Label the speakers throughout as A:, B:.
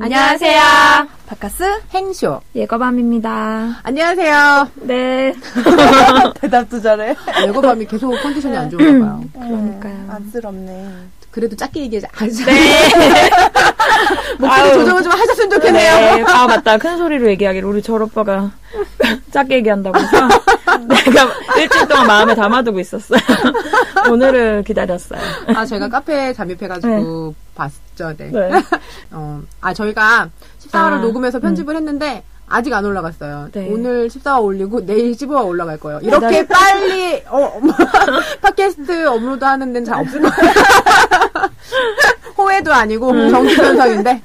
A: 안녕하세요.
B: 바카스 행쇼.
A: 예거밤입니다.
C: 안녕하세요. 아,
A: 네.
C: 대답도 잘해. 음.
B: 예고밤이 계속 컨디션이 안 좋은가 봐요.
A: 그러니까요.
C: 안쓰럽네. 그래도 짧게 얘기하자. 아, 목소리
A: 아유.
C: 조정을 좀 하셨으면 좋겠네요.
A: 네. 아, 맞다. 큰 소리로 얘기하기로 우리 절오빠가 작게 얘기한다고 해서 내가 일주일 동안 마음에 담아두고 있었어요. 오늘을 기다렸어요.
C: 아, 저희가 카페에 잠입해가지고 봤죠. 네.
A: 네.
C: 어, 아, 저희가 14화를
A: 아,
C: 녹음해서 편집을 했는데, 아직 안 올라갔어요.
A: 네.
C: 오늘 14화 올리고 내일 15화 올라갈 거예요. 이렇게 빨리 어, 어머, 팟캐스트 업로드 하는 데는 잘 없을 거예요. 호해도 아니고
A: 음.
C: 정기 현상인데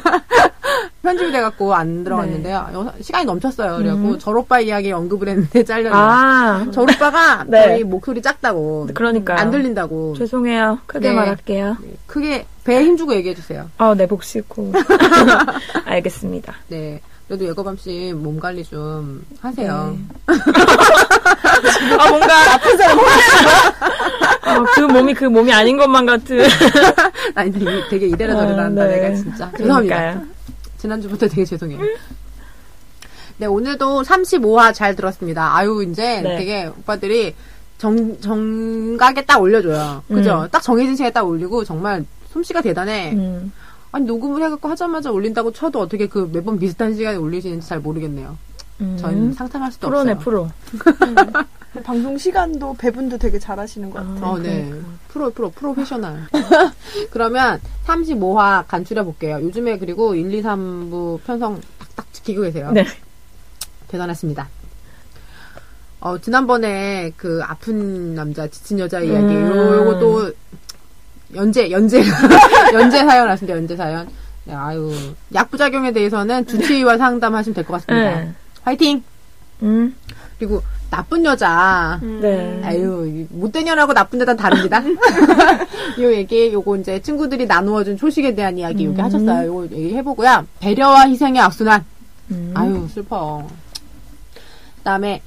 C: 편집이 돼갖고 안 들어갔는데요.
A: 네.
C: 여- 시간이 넘쳤어요. 그래갖고 절오빠 이야기 언급을 했는데 잘렸네요.
A: 음. 아,
C: 절오빠가
A: 네.
C: 저희 목소리 작다고
A: 그러니까요.
C: 안 들린다고
A: 죄송해요. 크게
C: 네.
A: 말할게요.
C: 크게 배에 힘주고 얘기해주세요.
A: 아, 네, 복 씻고. 알겠습니다.
C: 네. 그래도 예거밤 씨 몸 관리 좀 하세요.
A: 네. 아, 뭔가. 아픈 사람 아, 그 몸이 그 몸이 아닌 것만 같은.
C: 아니 되게, 되게 이래라 저래라
A: 아,
C: 한다
A: 네.
C: 내가 진짜 죄송합니다.
A: 그러니까요.
C: 지난주부터 되게 죄송해요. 네 오늘도 35화 잘 들었습니다. 아유 이제
A: 네.
C: 되게 오빠들이 정 정각에 딱 올려줘요. 그죠?
A: 음.
C: 딱 정해진 시간에 딱 올리고 정말 솜씨가 대단해.
A: 음.
C: 아니 녹음을 해갖고 하자마자 올린다고 쳐도 어떻게 그 매번 비슷한 시간에 올리시는지 잘 모르겠네요.
A: 음.
C: 저희는 상상할 수도
A: 프로네,
C: 없어요.
A: 프로.
D: 방송 시간도 배분도 되게 잘하시는 것 같아요.
C: 어, 네.
A: 그러니까.
C: 프로, 프로, 프로페셔널. 그러면 35화 간추려 볼게요. 요즘에 그리고 1, 2, 3부 편성 딱딱 지키고 계세요.
A: 네.
C: 대단하십니다. 어, 지난번에 그 아픈 남자, 지친 여자 이야기, 요,
A: 음.
C: 요것도 연재, 연재, 연재 사연 하신데, 연재 사연. 네, 아유. 약부작용에 대해서는 주치의와 상담하시면 될 것 같습니다.
A: 네.
C: 화이팅!
A: 음.
C: 그리고 나쁜 여자.
A: 네.
C: 음. 아유, 이 못된 년하고 나쁜 데다 다릅니다. 요 얘기, 요거 이제 친구들이 나누어준 소식에 대한 이야기 요게 하셨어요. 요거 얘기해보고요. 배려와 희생의 악순환.
A: 음.
C: 아유, 슬퍼. 그 다음에,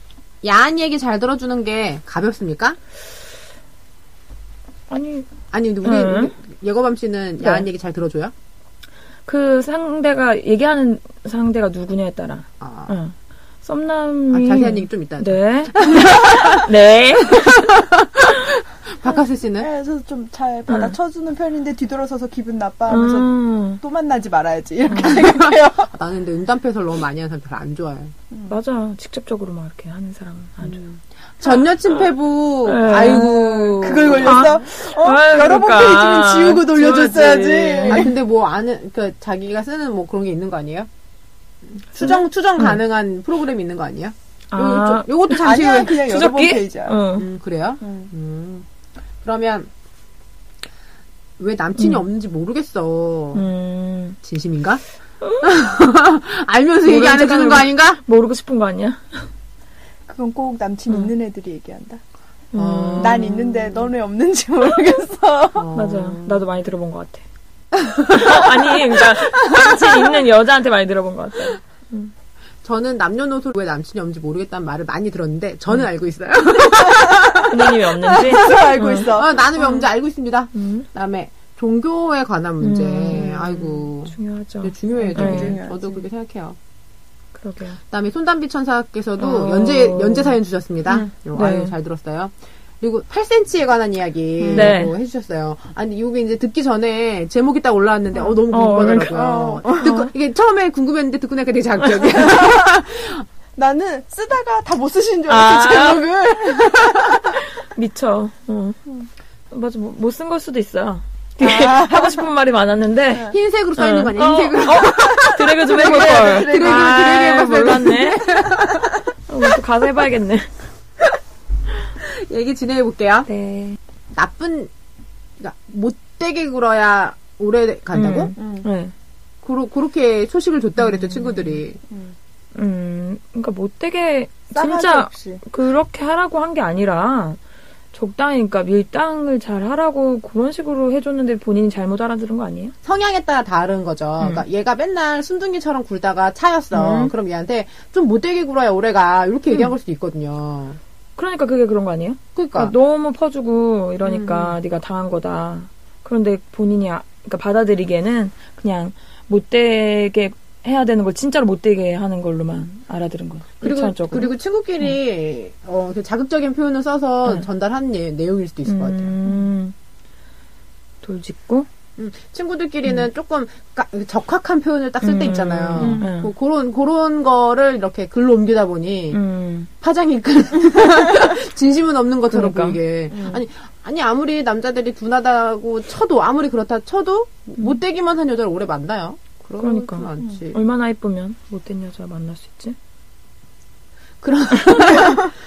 C: 야한 얘기 잘 들어주는 게 가볍습니까?
A: 아니
C: 아니, 근데 우리,
A: 음.
C: 예거밤 씨는 야한
A: 네.
C: 얘기 잘 들어줘요?
A: 그 상대가 얘기하는 상대가 누구냐에 따라.
C: 아,
A: 응.
C: 아,
A: 썸남이
C: 자세한 얘기 좀 이따.
A: 음. 네. 네.
C: 박하스 씨는?
D: 네, 그래서 좀 잘 받아쳐주는 편인데 뒤돌아서서 기분 나빠하면서
A: 음,
D: 또 만나지 말아야지 이렇게 생각해요.
C: 아, 나는 근데 은담패설 너무 많이 하는 사람 별로 안 좋아해.
A: 맞아. 직접적으로 막 이렇게 하는 사람
C: 음.
A: 안 좋아.
C: 전 여친 패부,
A: 네.
C: 아이고.
D: 그걸 걸려서 어,
A: 아유,
D: 여러 번
A: 그러니까.
D: 페이지는
A: 지워야지.
D: 지우고 돌려줬어야지.
C: 아 근데 뭐 아는 그 자기가 쓰는 뭐 그런 게 있는 거 아니에요? 추정 추정 가능한 프로그램 이 있는 거 아니야?
A: 아,
C: 요, 것도 잠시
D: 아니야
C: 후에
D: 그냥 여러 번
A: 추적기? 어.
D: 페이지야.
A: 응.
C: 음 그래요?
D: 음.
C: 음 그러면 왜 남친이 없는지 모르겠어.
A: 음,
C: 진심인가? 알면서 얘기 안 해주는
A: 모르는
C: 거 아닌가?
A: 모르고 싶은 거 아니야?
D: 그건 꼭 남친
A: 어.
D: 있는 애들이 얘기한다.
A: 음,
C: 어.
D: 난 있는데 너네 없는지 모르겠어.
C: 어.
A: 맞아. 나도 많이 들어본 것 같아. 아니, 그러니까 남친 있는 여자한테 많이 들어본 것 같아.
C: 저는 남녀노소 왜 남친이 없는지 모르겠다는 말을 많이 들었는데 저는 알고 있어요.
A: 본인이 왜 없는지.
D: 알고 있어.
C: 어, 나는 왜 없는지 알고 있습니다.
A: 음,
C: 그다음에 종교에 관한 문제.
A: 음.
C: 아이고.
A: 중요하죠.
C: 근데 중요해요.
A: 네.
C: 저는. 저도 그렇게 생각해요.
A: 그러게요.
C: 그다음에 손담비 천사께서도
A: 어.
C: 연재 연재 사연 주셨습니다. 요, 아유
A: 네.
C: 잘 들었어요. 그리고 8cm에 관한 이야기
A: 음. 네.
C: 뭐 해주셨어요. 아니 이게 이제 듣기 전에 제목이 딱 올라왔는데 어 너무
A: 어,
C: 궁금하더라고요. 듣고 이게 처음에 궁금했는데 듣고 나니까 되게 자극적이야.
D: 나는 쓰다가 다 못 쓰신 줄 알았어.
A: 아,
D: 제목을.
A: 미쳐. 어. 맞아, 뭐, 못 쓴 걸 수도
D: 아.
A: 있어. 하고 싶은 말이
D: 네.
A: 많았는데.
C: 흰색으로 써 있는 거 아니야? 흰색으로.
A: 어, 어? 드래그 좀 해볼 걸.
D: 드래그, 드래그,
A: 아,
C: 해봤어야
A: 몰랐네. 어, 또 가서 해봐야겠네.
C: 얘기 진행해 볼게요.
A: 네.
C: 나쁜 그러니까 못되게 굴어야 오래 간다고?
A: 음. 네.
C: 그러, 그렇게 소식을 줬다 그랬죠 친구들이.
A: 음, 그러니까 못되게
D: 싸가지
A: 진짜
D: 없이.
A: 그렇게 하라고 한 게 아니라 적당히 그러니까 밀당을 잘 하라고 그런 식으로 해줬는데 본인이 잘못 알아들은 거 아니에요?
C: 성향에 따라 다른 거죠. 그러니까 얘가 맨날 순둥이처럼 굴다가 차였어.
A: 음.
C: 그럼 얘한테 좀 못되게 굴어야 오래가 이렇게 얘기한 걸 수도 있거든요.
A: 그러니까 그게 그런 거 아니에요?
C: 그러니까 음.
A: 그러니까 너무 퍼주고 이러니까 네가 당한 거다. 그런데 본인이 아- 그러니까 받아들이기에는 그냥 못되게 해야 되는 걸 진짜로 못되게 하는 걸로만 알아들은 거예요.
C: 그리고,
A: 일차원적으로. 음.
C: 그리고 친구끼리 어, 그 자극적인 표현을 써서
A: 네.
C: 전달한 예- 내용일 수도 있을 것 같아요.
A: 음. 돌직구?
C: 음, 친구들끼리는 조금 까- 적확한 표현을 딱 쓸 때
A: 음.
C: 있잖아요.
A: 음. 음.
C: 뭐 그런 그런 거를 이렇게 글로 옮기다 보니
A: 음.
C: 파장이 큰 진심은 없는 것처럼
A: 그러니까.
C: 보이게 아니 아니 아무리 남자들이 둔하다고 쳐도 아무리 그렇다 쳐도 못되기만 한 여자를 오래 만나요. 그렇진
A: 그러니까.
C: 않지.
A: 얼마나 예쁘면 못된 여자 만날 수 있지?
C: 그런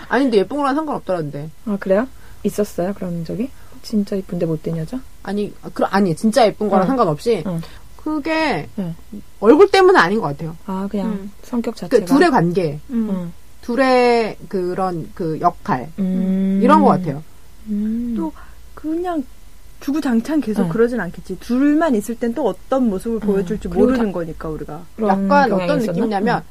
C: 아니 근데 예쁜 거랑 상관없더란데.
A: 아 그래요? 있었어요 그런 적이? 진짜 이쁜데 못된 여자?
C: 아니 그 아니 진짜 예쁜 거랑
A: 응.
C: 상관없이
A: 응.
C: 그게
A: 응.
C: 얼굴 때문은 아닌 것 같아요.
A: 아 그냥
D: 음.
A: 성격
C: 그
A: 자체가
C: 둘의 관계,
A: 음.
C: 둘의 그런 그 역할
A: 음.
C: 이런 것 같아요.
A: 음.
D: 또 그냥 주구장창 계속
A: 응.
D: 그러진 않겠지. 둘만 있을 땐 또 어떤 모습을 보여줄지
A: 음. 그리고
D: 모르는 거니까 우리가.
A: 그런
C: 약간
A: 경향이
C: 어떤
A: 있었나?
C: 느낌이냐면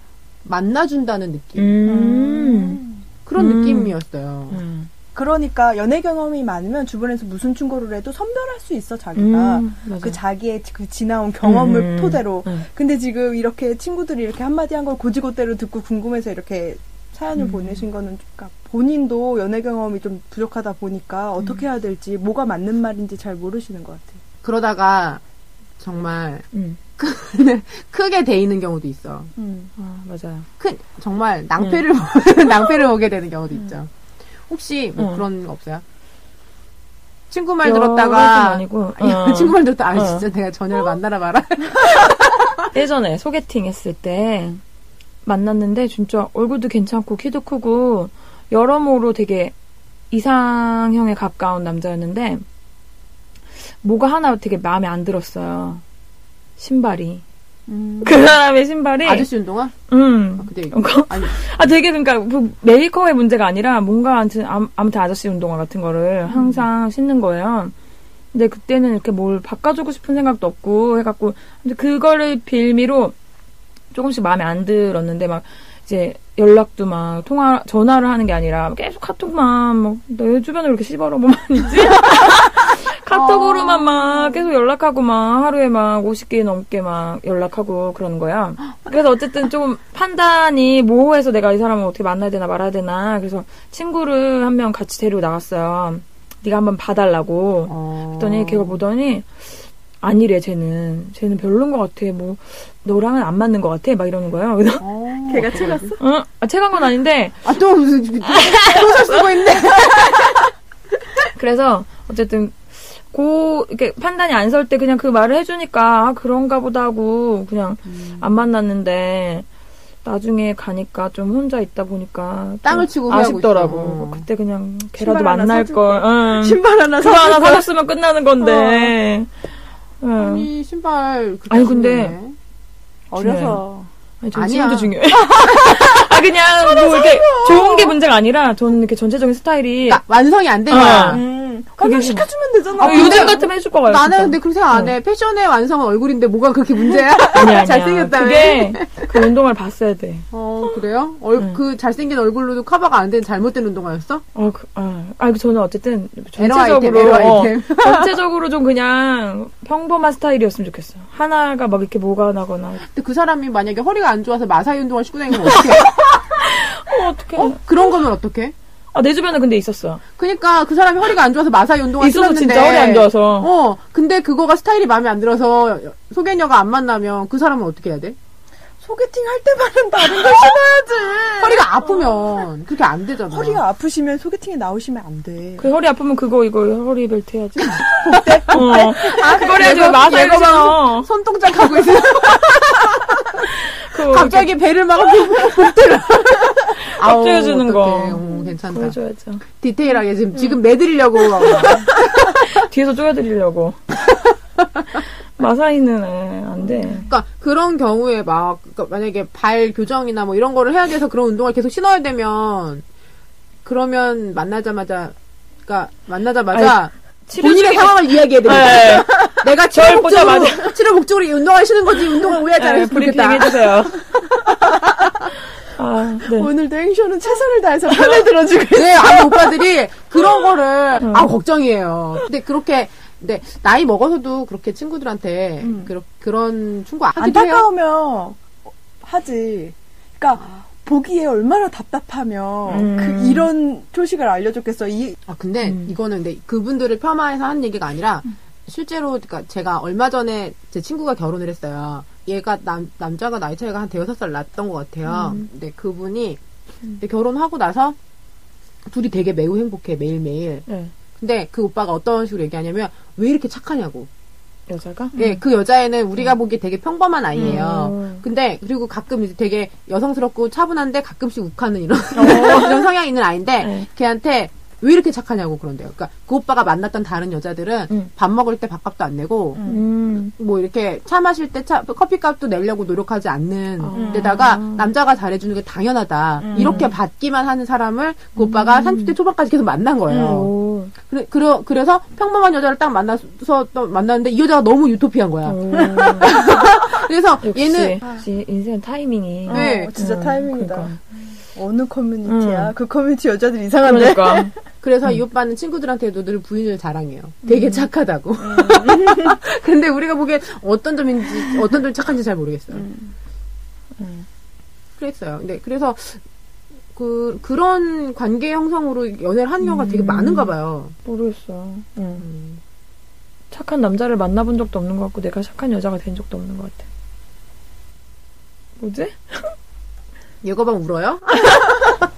C: 만나준다는 느낌
A: 음.
C: 그런
A: 음.
C: 느낌이었어요.
A: 음.
D: 그러니까 연애 경험이 많으면 주변에서 무슨 충고를 해도 선별할 수 있어 자기가
A: 맞아요.
D: 그 자기의 그 지나온 경험을
A: 음.
D: 토대로.
A: 음.
D: 근데 지금 이렇게 친구들이 이렇게 한마디 한 걸 고지고대로 듣고 궁금해서 이렇게 사연을
A: 음.
D: 보내신 거는 좀 그러니까 본인도 연애 경험이 좀 부족하다 보니까 어떻게
A: 음.
D: 해야 될지 뭐가 맞는 말인지 잘 모르시는 것 같아요.
C: 그러다가 정말
A: 음.
C: 크게 데이는 경우도 있어.
D: 음.
A: 아 맞아요.
C: 큰 정말 낭패를 보- 낭패를 보게 되는 경우도 있죠. 혹시 뭐
A: 응.
C: 그런 거 없어요? 친구 말
A: 여럿은
C: 들었다가
A: 아니고
C: 아니,
A: 어.
C: 친구 말 들었다. 아,
A: 어.
C: 진짜 내가 전혀를 만나라 마라.
A: 예전에 소개팅 했을 때 만났는데 진짜 얼굴도 괜찮고 키도 크고 여러모로 되게 이상형에 가까운 남자였는데 뭐가 하나 되게 마음에 안 들었어요. 신발이. 그 사람의 신발이
C: 아저씨 운동화?
A: 음.
C: 아, 근데
A: 이거?
C: 아니.
A: 아 되게 그러니까 그 메이커의 문제가 아니라 뭔가 아무튼 암- 아무튼 아저씨 운동화 같은 거를
C: 음.
A: 항상 신는 거예요. 근데 그때는 이렇게 뭘 바꿔주고 싶은 생각도 없고 해갖고 근데 그거를 빌미로 조금씩 마음에 안 들었는데 막 이제 연락도 막 통화 전화를 하는 게 아니라 계속 카톡만 막내 주변으로 이렇게 씹어러고만 있지 카톡으로만 막 계속 연락하고 막 하루에 막 50개 넘게 막 연락하고 그러는 거야. 그래서 어쨌든 좀 판단이 모호해서 내가 이 사람을 어떻게 만나야 되나 말아야 되나 그래서 친구를 한 명 같이 데리고 나갔어요. 네가 한번 봐달라고.
C: 어.
A: 했더니 걔가 뭐? 보더니 아니래 쟤는 쟤는 별론 것 같아 뭐 너랑은 안 맞는 것 같아 막 이러는 거예요 그래서
C: 어.
D: 걔가 채갔어?
A: 어? 아, 체간 건 아닌데
C: 아또 무슨 소설 쓰고 있네.
A: 그래서 어쨌든 고 이렇게 판단이 안 설 때 그냥 그 말을 해주니까 아 그런가 보다 하고 그냥
C: 음.
A: 안 만났는데 나중에 가니까 좀 혼자 있다 보니까 좀
C: 땅을 치고 후회하고
A: 아쉽더라고
C: 있어.
A: 그때 그냥 걔라도
D: 신발 하나
A: 만날
D: 사줄게.
A: 걸 응.
D: 신발 하나
A: 그거 하나
D: 사.
A: 사줬으면 끝나는 건데 응.
C: 어. 아니 신발 그렇게
A: 아니, 근데
C: 신네.
A: 네.
D: 어려서.
A: 아니, 전
C: 아니야.
A: 지금도 중요해. 아, 그냥, 뭐, 이렇게, 좋은 게 문제가 아니라, 저는 이렇게 전체적인 스타일이,
C: 그러니까 완성이 안 되니까.
A: 어.
D: 음. 그냥 시켜주면 되잖아.
A: 어,
C: 아, 근데-
A: 요즘 같으면 해줄 것 같아요.
C: 나는
A: 진짜.
C: 근데 그렇게 생각 안 해. 패션의 완성은 얼굴인데 뭐가 그렇게 문제야?
A: 아니, 아니야.
C: 잘생겼다며.
A: 그게, 그 운동화를 봤어야 네. 돼.
C: 어 그래요? 얼,
A: 응.
C: 그 잘생긴 얼굴로도 커버가 안 된 잘못된 운동화였어?
A: 아, 그, 아, 아, 저는 어쨌든,
C: 에러 아이템,
A: 전체적으로,
C: 에러
A: 어,
C: 아이템.
A: 전체적으로 좀 그냥, 평범한 스타일이었으면 좋겠어. 하나가 막 이렇게 뭐가 나거나.
C: 근데 그 사람이 만약에 허리가 안 좋아서 마사이 운동화 신고 다니면 어떡해?
A: 어, 어떡해.
C: 그런 거면 어떡해?
A: 아, 내 주변에 근데 있었어.
C: 그니까 그 사람이 허리가 안 좋아서 마사이 운동화
A: 있어서
C: 신었는데
A: 진짜 허리 안 좋아서.
C: 어 근데 그거가 스타일이 마음에 안 들어서 소개녀가 안 만나면 그 사람은 어떻게 해야 돼?
D: 소개팅 할 때만은 다른 걸 신어야지.
C: 허리가 아프면 그렇게 안 되잖아.
D: 허리가 아프시면 소개팅에 나오시면 안 돼.
A: 그 허리 아프면 그거, 이거, 허리 벨트 해야지. 어. 아, 그걸 해야지.
C: 내가
A: 마사
C: 내가
A: 이거 봐.
C: 손동작 하고 있어.
A: 그
C: 갑자기 배를 막 붙들어. 아우,
A: 해주는 거.
C: 어떡해. 어, 괜찮다.
A: 보여줘야죠. 음.
C: 디테일하게 지금 지금 매드리려고 하고.
A: 뒤에서 쪼여드리려고. 마사이는 에, 안 돼.
C: 그러니까 그런 경우에 막 그러니까 만약에 발 교정이나 뭐 이런 거를 해야 돼서 그런 운동을 계속 신어야 되면 그러면 만나자마자 그러니까 만나자마자 본인의 상황을 이야기해야 되는 거야.
A: 네,
C: 내가
A: 절
C: 치료 목적으로
A: 보자마자.
C: 치료 목적으로 이 운동을 신은 거지 운동을 오해하지
A: 네,
C: 않았으면
A: 브리핑
C: 좋겠다.
A: 해주세요. 아, 네.
D: 오늘도 행쇼는 최선을 다해서 편에 들어주고
C: 네, 아마 오빠들이 그런 거를 아 걱정이에요. 근데 그렇게 근데 나이 먹어서도 그렇게 친구들한테
D: 음.
C: 그런 그런 충고 하기도 해요.
D: 안타까우면 어, 하지. 그러니까 보기에 얼마나 답답하며
A: 음.
D: 그 이런 소식을 알려줬겠어. 이
C: 아 근데
A: 음.
C: 이거는 근데 그분들을 폄하해서 하는 얘기가 아니라 실제로 그러니까 제가 얼마 전에 제 친구가 결혼을 했어요. 얘가 남 남자가 나이 차이가 한 대여섯 살 났던 것 같아요. 근데 그분이 근데 결혼하고 나서 둘이 되게 매우 행복해 매일 매일.
A: 네.
C: 근데 그 오빠가 어떤 식으로 얘기하냐면 왜 이렇게 착하냐고.
A: 여자가?
C: 예, 그 여자애는 우리가 보기에 되게 평범한 아이예요.
A: 음.
C: 근데 그리고 가끔 이제 되게 여성스럽고 차분한데 가끔씩 욱하는 이런 이런 성향이 있는 아이인데
A: 어. 네.
C: 걔한테 왜 이렇게 착하냐고 그런대요. 그러니까 그 오빠가 만났던 다른 여자들은
A: 음.
C: 밥 먹을 때 밥값도 안 내고
A: 음.
C: 뭐 이렇게 차 마실 때 차 커피값도 내려고 노력하지 않는
A: 아.
C: 데다가 음. 남자가 잘해주는 게 당연하다
A: 음.
C: 이렇게 받기만 하는 사람을 그 오빠가 30대 초반까지 계속 만난 거예요.
A: 음. 오.
C: 그래, 그러, 그래서 평범한 여자를 딱 만나서 또 만났는데 이 여자가 너무 유토피한 거야.
A: 오.
C: 그래서
A: 역시,
C: 아.
A: 음.
C: 얘는
A: 역시 인생 타이밍이.
D: 어,
C: 네.
D: 진짜
A: 음,
D: 타이밍이다.
A: 그러니까.
D: 어느 커뮤니티야?
A: 음.
D: 그 커뮤니티 여자들 이상한데.
A: 그러니까.
C: 그래서 이 오빠는 친구들한테도 늘 부인을 자랑해요. 되게
A: 음.
C: 착하다고. 근데 우리가 보기엔 어떤 점인지, 어떤 점이 착한지 잘 모르겠어요.
A: 음.
C: 그랬어요. 근데 그래서 그, 그런 관계 형성으로 연애를 하는 경우가
A: 음.
C: 되게 많은가 봐요. 음.
A: 모르겠어. 응. 착한 남자를 만나본 적도 없는 것 같고 내가 착한 여자가 된 적도 없는 것 같아. 뭐지?
C: 예거방 울어요?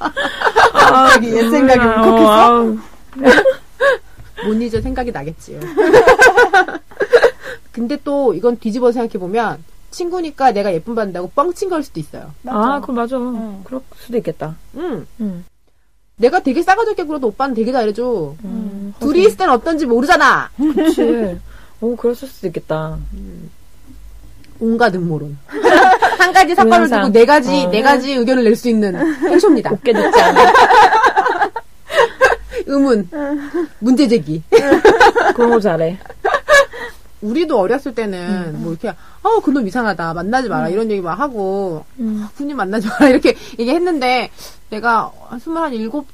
D: 갑자기 옛 아, 생각이
A: 음.
D: 울컥했어.
A: 아,
C: 못 잊어 생각이 나겠지요. 근데 또 이건 뒤집어 생각해보면 친구니까 내가 예쁨 받는다고 뻥친 걸 수도 있어요.
A: 아, 그거 맞아.
D: 응.
A: 그럴 수도 있겠다.
C: 음.
A: 응.
C: 내가 되게 싸가지 없게 굴어도 오빠는 되게 잘해줘.
A: 음,
C: 둘이 있을 땐 어떤지 모르잖아.
A: 그렇지. 오, 그랬을 수도 있겠다.
C: 온갖 음모론. 한 가지 사건을
A: 동영상.
C: 두고 네 가지,
A: 어.
C: 네 가지 의견을 낼 수 있는 행쇼입니다.
A: 웃게 됐지 않아.
C: 의문, 문제 제기.
A: 그런 거 잘해.
C: 우리도 어렸을 때는
A: 음.
C: 뭐 이렇게, 어, 그놈 이상하다. 만나지 마라. 이런 얘기 막 하고,
A: 음.
C: 군인 만나지 마라. 이렇게 얘기했는데, 내가 한 스물한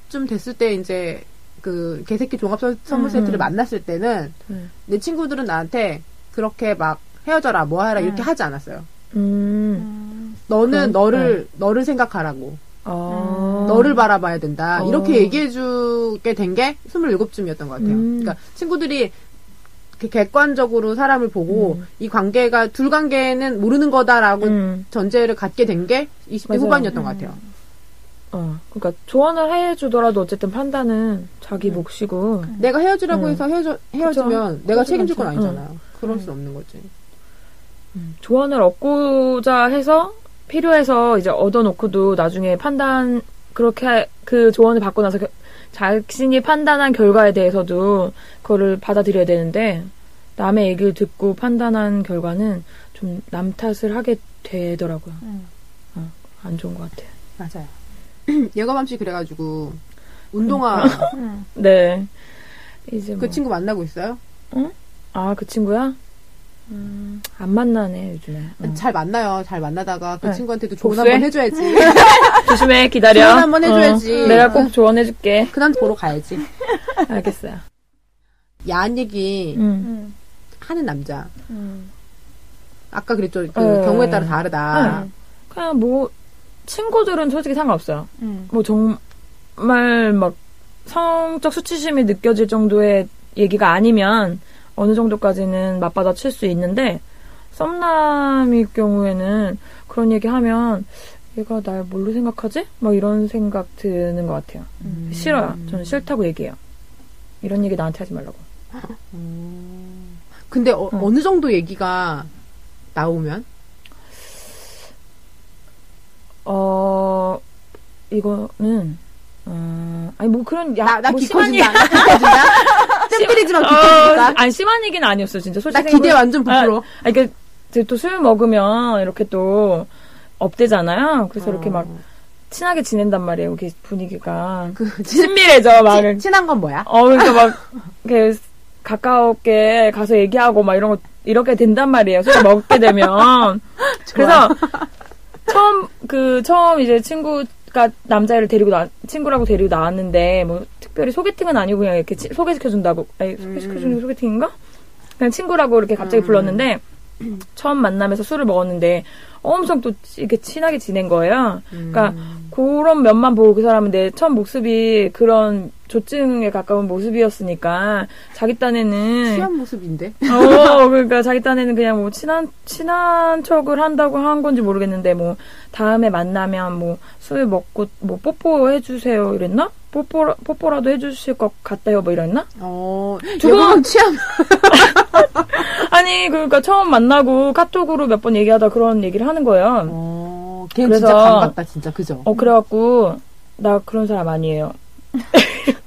C: 쯤 됐을 때 이제 그 개새끼 종합 선- 선물 세트를 만났을 때는
A: 음.
C: 내 친구들은 나한테 그렇게 막 헤어져라, 뭐 하라
A: 네.
C: 이렇게 하지 않았어요.
A: 음.
C: 너는
A: 음,
C: 너를, 너를 생각하라고.
A: 어.
C: 너를 바라봐야 된다.
A: 어.
C: 이렇게 얘기해주게 된 게 27쯤이었던 것 같아요.
A: 음.
C: 그러니까 친구들이 이렇게 객관적으로 사람을 보고 이 관계가 둘 관계는 모르는 거다라고
A: 음.
C: 전제를 갖게 된 게 20대
A: 맞아요.
C: 후반이었던 것 같아요.
A: 어. 그러니까 조언을 해주더라도 어쨌든 판단은
C: 음.
A: 자기 몫이고.
C: 내가 헤어지라고
A: 음.
C: 해서 헤어져, 헤어지면 내가
A: 그렇죠.
C: 책임질 건
A: 그렇죠.
C: 아니잖아요. 그럴 수 없는 거지. 음.
A: 조언을 얻고자 해서 필요해서 이제 얻어놓고도 나중에 판단 그렇게 그 조언을 받고 나서 겨- 자신이 판단한 결과에 대해서도 그거를 받아들여야 되는데 남의 얘기를 듣고 판단한 결과는 좀 남 탓을 하게 되더라고요.
D: 음.
A: 어, 안 좋은 것 같아요.
C: 맞아요. 예거밤씨 그래가지고 운동화
D: 음.
A: 네. 이제
C: 그
A: 뭐.
C: 친구 만나고 있어요?
A: 아, 그 친구야? 음, 안 만나네, 요즘에. 어.
C: 잘 만나요. 잘 만나다가 그
A: 네.
C: 친구한테도 조언
A: 복수해?
C: 한번 해줘야지.
A: 조심해, 기다려.
C: 조언 한번 해줘야지.
A: 어, 내가 꼭 조언해줄게.
C: 그 남 보러 가야지.
A: 알겠어요.
C: 야한 얘기
A: 음.
C: 하는 남자.
D: 음.
C: 아까 그랬죠. 그
A: 네.
C: 경우에 따라 다르다.
A: 네. 그냥 뭐 친구들은 솔직히 상관없어요.
D: 음.
A: 뭐 정말 막 성적 수치심이 느껴질 정도의 얘기가 아니면 어느 정도까지는 맞받아 칠 수 있는데 썸남일 경우에는 그런 얘기 하면 얘가 날 뭘로 생각하지? 막 이런 생각 드는 것 같아요.
C: 음.
A: 싫어요. 저는 싫다고 얘기해요. 이런 얘기 나한테 하지 말라고.
C: 근데 어,
A: 음.
C: 느 정도 얘기가 나오면
A: 어 이거는 어, 아니 뭐 그런
C: 나, 나
A: 뭐
C: 기
A: 심한 얘기-
C: 커진다. 나 기 커진다. 뜸들이지만 기 커진다.
A: 어, 아니 심한 얘기는 아니었어 요 진짜
C: 나
A: 솔직히
C: 기대
A: 생각해-
C: 완전 부풀어.
A: 아, 그러니까 또술 먹으면 이렇게 또 업되잖아요. 그래서 이렇게 막
C: 어.
A: 친하게 지낸단 말이에요. 이렇게 분위기가
C: 그, 친,
A: 친밀해져 막.
C: 친, 친한 건 뭐야?
A: 어 그러니까 막 이렇게 가까웠게 가서 얘기하고 막 이런 거 이렇게 된단 말이에요. 술 먹게 되면 그래서 처음 그 처음 이제 친구가 남자애를 데리고 나 친구라고 데리고
C: 음.
A: 나왔는데 뭐 특별히 소개팅은 아니고 그냥 이렇게 치- 소개시켜준다고 아니 소개시켜주는 게 소개팅인가? 그냥 친구라고 이렇게 갑자기 불렀는데 처음 만나면서 술을 먹었는데 엄청 또 이렇게 친하게 지낸 거예요. 그러니까
C: 음.
A: 그런 면만 보고 그 사람은 내 첫 모습이 그런 조증에 가까운 모습이었으니까 자기 딴에는
C: 취한 모습인데.
A: 어, 그러니까 자기 딴에는 그냥 뭐 친한 친한 척을 한다고 한 건지 모르겠는데 뭐 다음에 만나면 뭐 술 먹고 뭐 뽀뽀해 주세요 이랬나? 뽀뽀 뽀뽀라도 해 주실 것 같아요 뭐 이랬나?
C: 어,
A: 두고-
C: 여보랑 취한.
A: 아니 그러니까 처음 만나고 카톡으로 몇 번 얘기하다 그런 얘기를 하는 거예요.
C: 어, 걔
A: 그래서-
C: 진짜 감 같다, 진짜. 그죠?
A: 어 그래갖고 나 그런 사람 아니에요.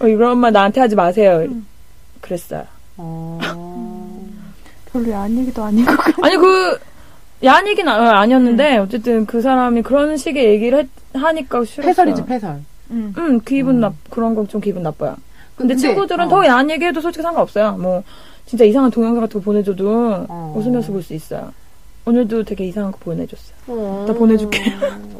A: 어, 이런 말 나한테 하지 마세요.
C: 음.
A: 그랬어요.
C: 어.
E: 별로 야한 얘기도 아닌 것 같아.
A: 아니 그 야한 얘기는 아- 아니었는데
C: 음.
A: 어쨌든 그 사람이 그런 식의 얘기를 했- 하니까 싫었어요.
C: 패설이지, 패설.
D: 음.
E: 응.
A: 응 기분 나 그런 건 좀 기분 나빠요. 근데, 친구들은
C: 어.
A: 더 야한 얘기해도 솔직히 상관없어요. 뭐 진짜 이상한 동영상 같은 거 보내줘도
C: 어.
A: 웃으면서 볼 수 있어요. 오늘도 되게 이상한 거 보내줬어요.
C: 어.
A: 나 보내줄게.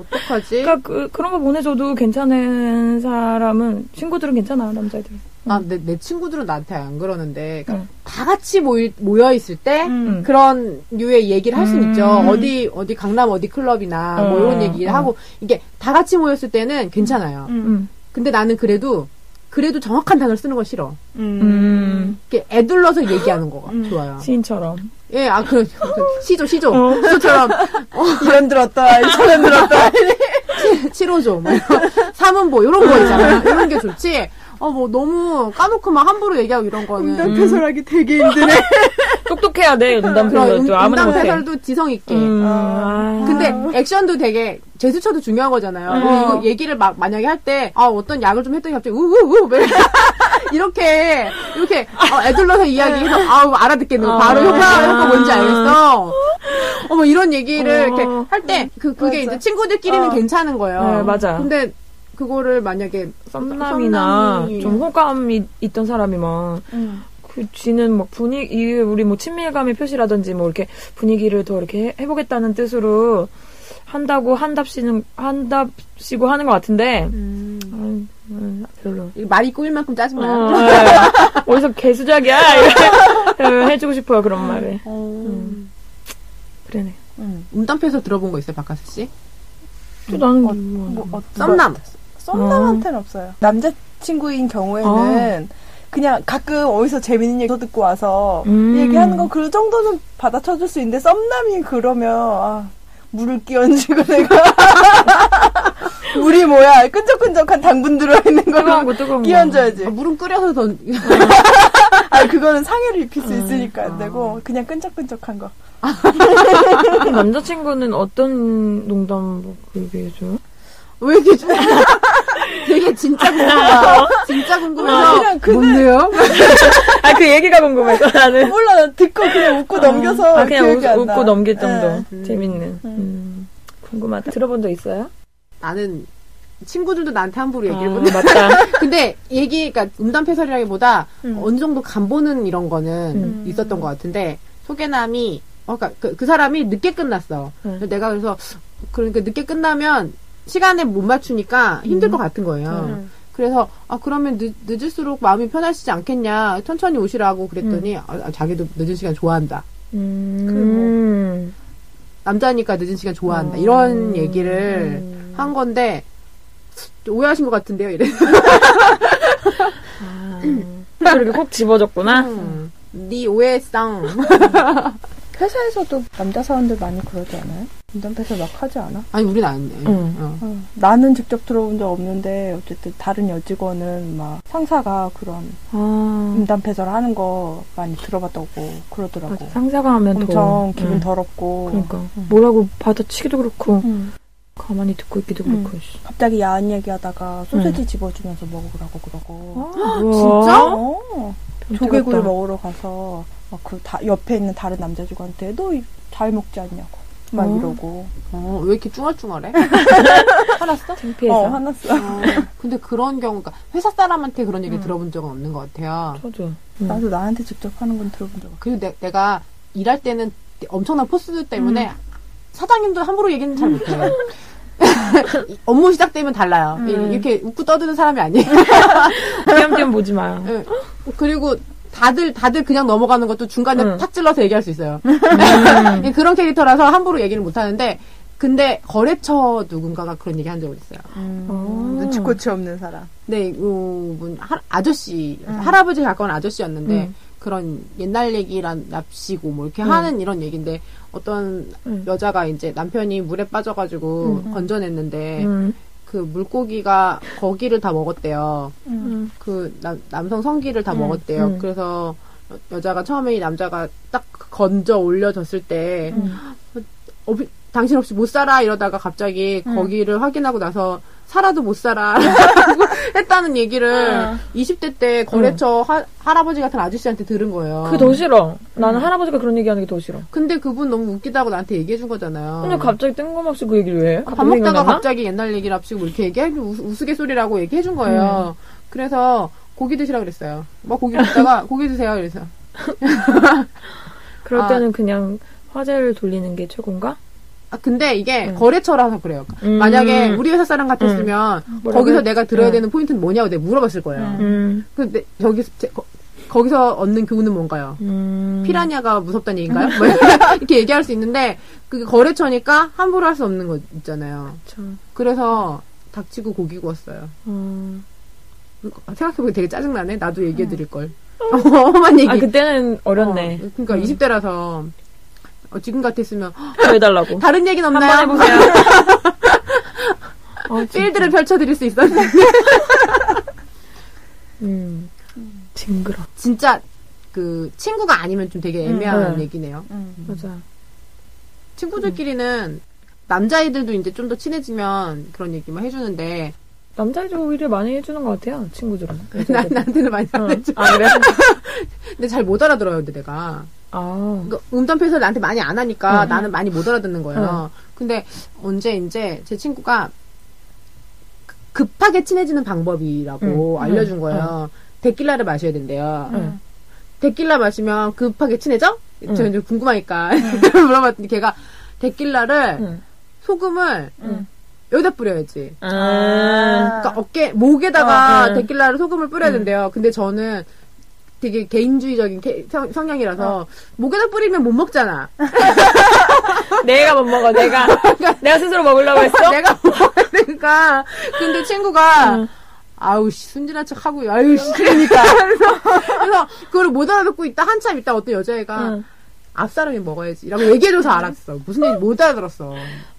C: 어떡하지?
A: 그러니까 그, 그런 거 보내줘도 괜찮은 사람은 친구들은 괜찮아 남자애들.
C: 아, 내, 내 친구들은 나한테 안 그러는데, 그러니까
A: 응.
C: 다 같이 모이, 모여있을 때,
D: 음.
A: 응.
C: 그런 류의 얘기를 할 수
A: 음.
C: 있죠. 어디, 어디, 강남 어디 클럽이나, 뭐
A: 어,
C: 이런 얘기를
A: 어. 음.
C: 하고, 이게 다 같이 모였을 때는 괜찮아요.
A: 응.
C: 근데 나는 그래도, 그래도 정확한 단어를 쓰는 건 싫어.
A: 음.
C: 이렇게 애둘러서 얘기하는 거가 좋아요.
A: 시인처럼.
C: 예, 아, 그런, 그 시조, 시조.
A: 어.
C: 시조처럼,
D: 이런 들었다, 저런 들었다.
C: 7호조, 뭐, 이런, 삼은보, 이런 거 있잖아. 이런 게 좋지. 어, 뭐, 너무 까놓고 막 함부로 얘기하고 이런
A: 음.
C: 거는.
D: 패설하기 네. 되게 힘드네.
A: 똑똑해야 돼
C: 음,
A: 연담
C: 그런
A: 패설도 아무나
C: 응당
A: 못해.
C: 패설도 지성 있게.
A: 음.
D: 아.
A: 아.
C: 근데 액션도 되게 제스처도 중요한 거잖아요.
A: 음.
C: 그리고 이거 얘기를 막 만약에 할 때 아, 어떤 약을 좀 했더니 갑자기 우우우 막 이렇게 이렇게 이렇게 어, 애둘러서 이야기해서 아우 알아듣겠는 거 바로
A: 네. 아.
C: 효과 효과 뭔지 알겠어. 어머 이런 얘기를
A: 어.
C: 이렇게 할 때 그 그게
D: 맞아.
C: 이제 친구들끼리는
D: 어.
C: 괜찮은 거예요.
A: 네, 맞아.
C: 근데 그거를 만약에
A: 썸남이나
C: 썸남이-
A: 좀 호감이 있던 사람이 막
E: 응.
A: 그 쥐는 뭐 분위기 이 우리 뭐 친밀감의 표시라든지 뭐 이렇게 분위기를 더 이렇게 해, 해보겠다는 뜻으로 한다고 한답시는 한답시고 하는 것 같은데 음, 음, 별로
C: 이게 말이 꼬일 만큼 짜증나요.
A: 어, 예. 어디서 개수작이야 이렇게 해주고 싶어요 그런 말을
C: 음.
A: 그래네
E: 응.
C: 음담패서 들어본 거 있어요, 박하스 씨?
A: 또 나는
D: 어,
A: 뭐,
D: 뭐, 어,
C: 썸남.
D: 썸남한테는 없어요. 남자친구인 경우에는
A: 어.
D: 그냥 가끔 어디서 재밌는 얘기 듣고 와서
A: 음.
D: 얘기하는 거 그 정도는 받아쳐줄 수 있는데 썸남이 그러면 아, 물을 끼얹고 내가 물이 뭐야 끈적끈적한 당분 들어있는
A: 뜨거운
D: 걸
A: 거 뜨거운 거 네.
C: 아,
D: 끼얹어야지.
C: 물은 끓여서 던
D: 아 그거는 상해를 입힐
A: 음.
D: 수 있으니까
C: 아.
D: 안
A: 어.
D: 되고 그냥 끈적끈적한 거.
A: 남자친구는 어떤 농담 얘기해줘요?
C: 왜 이렇게 좀 되게 진짜 궁금하다. 진짜 궁금해서
D: 그냥 그날-
C: 뭔데요?
A: 아 그 얘기가 궁금해서 나는
D: 몰라 난 듣고 그냥 웃고 넘겨서
A: 아, 그냥
D: 기억이 안
A: 웃,
D: 나.
A: 고 넘길
D: 예.
A: 정도
C: 음.
A: 재밌는 네. 음, 궁금하다 들어본 적 있어요?
C: 나는 친구들도 나한테 함부로 얘기를
A: 아,
C: 못해.
A: 맞다
C: 근데 얘기, 그러니까 음담패설이라기보다
E: 음.
C: 어느 정도 간보는 이런 거는
E: 음.
C: 있었던 것 같은데 소개남이, 어, 그러니까 그, 그 사람이 늦게 끝났어.
A: 음.
C: 그래서 내가 그래서 그러니까 늦게 끝나면 시간에 못 맞추니까 힘들 것 같은 거예요.
A: 음.
C: 그래서 아 그러면 늦, 늦을수록 마음이 편하시지 않겠냐 천천히 오시라고 그랬더니 아, 아, 자기도 늦은 시간 좋아한다.
A: 음.
C: 남자니까 늦은 시간 좋아한다. 이런 얘기를 한 건데, 좀 오해하신 것 같은데요, 이래.
A: 아. 그렇게 음. 꼭 집어줬구나
C: 네 오해상.
E: 회사에서도 남자 사원들 많이 그러지 않아요? 운전패서 막 하지 않아?
C: 아니, 우린 안 해.
A: 응.
C: 어.
D: 어, 나는 직접 들어본 적 없는데 어쨌든 다른 여직원은 막 상사가 그런
A: 아,
D: 음담패설 하는 거 많이 들어봤다고 그러더라고.
A: 맞아. 상사가 하면 더
D: 엄청 기분
A: 음.
D: 더럽고
A: 그러니까 뭐라고 받아치기도 그렇고
D: 음.
A: 가만히 듣고 있기도
D: 음.
A: 그렇고 씨.
D: 갑자기 야한 얘기하다가
A: 음.
D: 소세지 집어주면서 먹으라고 그러고
A: 아, 우와.
D: 아, 어,
A: 변태
D: 조개구이
A: 같다.
D: 먹으러 가서 막 그 다 옆에 있는 다른 남자친구한테 너 잘 먹지 않냐고 막
A: 어.
D: 이러고
C: 어, 왜 이렇게 쭈얼쭈얼해?
A: 화났어? 창피해서
D: 어 화났어.
C: 어, 근데 그런 경우가, 그러니까 회사 사람한테 그런 얘기 들어본 적은 없는 것 같아요.
A: 저도
D: 나도 나한테 직접 하는 건 들어본 적 없어.
C: 그리고 내, 내가 일할 때는 엄청난 포스들 때문에 사장님도 함부로 얘기는 잘 못해요. 업무 시작되면 달라요. 이렇게 웃고 떠드는 사람이 아니에요.
A: 띄엄띄엄 보지 마요
C: 예. 그리고 다들 다들 그냥 넘어가는 것도 중간에
A: 응.
C: 탁 찔러서 얘기할 수 있어요. 그런 캐릭터라서 함부로 얘기를 못 하는데 근데 거래처 누군가가 그런 얘기 한 적은 있어요.
D: 눈치코치 없는 사람.
C: 네, 이분 아저씨 할아버지 가까운 아저씨였는데
A: 음.
C: 그런 옛날 얘기란 납시고 뭐 이렇게 하는 이런 얘기인데 어떤
A: 음.
C: 여자가 이제 남편이 물에 빠져가지고 건져냈는데
A: 음.
C: 그 물고기가 거기를 다 먹었대요. 그 남, 남성 성기를 다 먹었대요.
A: 음.
C: 그래서 여- 여자가 처음에 이 남자가 딱 건져 올려줬을 때
A: 음.
C: 어, 당신 없이 못 살아 이러다가 갑자기
A: 음.
C: 거기를 확인하고 나서 살아도 못 살아 라고 했다는
A: 음.
C: 얘기를 20대 때 거래처 하- 할아버지 같은 아저씨한테 들은 거예요.
A: 그게 더 싫어. 나는 할아버지가 그런 얘기하는 게 더 싫어.
C: 근데 그분 너무 웃기다고 나한테 얘기해 준 거잖아요.
A: 근데 갑자기 뜬금없이 그 얘기를 왜 해?
C: 어. 밥 먹다가 갑자기 옛날 얘기를 합시고 뭐 이렇게 얘기하기 우스갯소리라고 얘기해 준
A: 음.
C: 거예요. 그래서 고기 드시라 그랬어요. 막 고기 먹다가 고기 드세요 이래서
A: 그럴
C: 아.
A: 때는 그냥 화제를 돌리는 게 최고인가?
C: 아 근데 이게 거래처라서 그래요.
A: 음.
C: 만약에 우리 회사 사람 같았으면
A: 뭐라고요?
C: 거기서 내가 들어야
A: 음.
C: 되는 포인트는 뭐냐고 내가 물어봤을 거예요.
A: 음.
C: 근데 여기 거, 기서 얻는 교훈은 뭔가요?
A: 음.
C: 피라냐가 무섭다는 얘기인가요? 뭐 이렇게 얘기할 수 있는데 그게 거래처니까 함부로 할 수 없는 거 있잖아요.
A: 그쵸.
C: 그래서 닥치고 고기 구웠어요.
A: 음.
C: 아, 생각해보니 되게 짜증나네. 나도 얘기해드릴 걸. 험한 얘기.
A: 아, 그때는 어렸네. 음.
C: 어, 그러니까 20대라서 어, 지금 같았으면 헉,
A: 더 해달라고.
C: 다른 얘기는
A: 어, 한번
C: 없나요?
A: 해보세요. 어, 진짜.
C: 필드를 펼쳐드릴 수 있었는데
A: 음. 징그러.
C: 진짜 그 친구가 아니면 좀 되게 애매한
A: 음.
C: 얘기네요.
A: 맞아. 음.
C: 친구들끼리는 남자애들도 이제 좀 더 친해지면 그런 얘기만 해주는데
A: 남자애들 오히려 많이 해주는 것 같아요, 친구들은.
C: 나, 나한테는 많이
A: 어.
C: 안 해줘.
A: 아, 그래?
C: 근데 잘 못 알아들어요, 근데 내가.
A: 아.
C: 그러니까 음담패설 나한테 많이 안
A: 음,
C: 하니까 나는 많이 못 알아듣는
A: 어.
C: 거예요. 근데 언제 이제 제 친구가 그- 급하게 친해지는 방법이라고
A: 응.
C: 알려준
A: 응.
C: 거예요. 데킬라를 마셔야 된대요.
D: 음.
A: 응.
C: 데킬라 마시면 급하게 친해져?
A: 응.
C: 저 이제 궁금하니까
A: 음.
C: 물어봤더니 걔가 데킬라를
A: 응.
C: 소금을
A: 응.
C: 여기다 뿌려야지.
A: 음. 아.
C: 그러니까 어깨 목에다가
A: 어, 음. 응.
C: 데킬라를 소금을 뿌려야 된대요. 근데 저는 되게 개인주의적인 개- 성, 향이라서
A: 어.
C: 목에다 뿌리면 못 먹잖아.
A: 내가 못 먹어, 내가. 내가 스스로 먹으려고 했어?
C: 내가 먹어야 되니까. 근데 친구가 아우 씨 순진한 척 하고 아유 씨 그러니까 그래서, 그래서 그걸 못 알아듣고 있다 한참 있다 어떤 여자애가
A: 응.
C: 앞사람이 먹어야지라고 얘기해줘서 알았어. 무슨 얘기 못 알아들었어.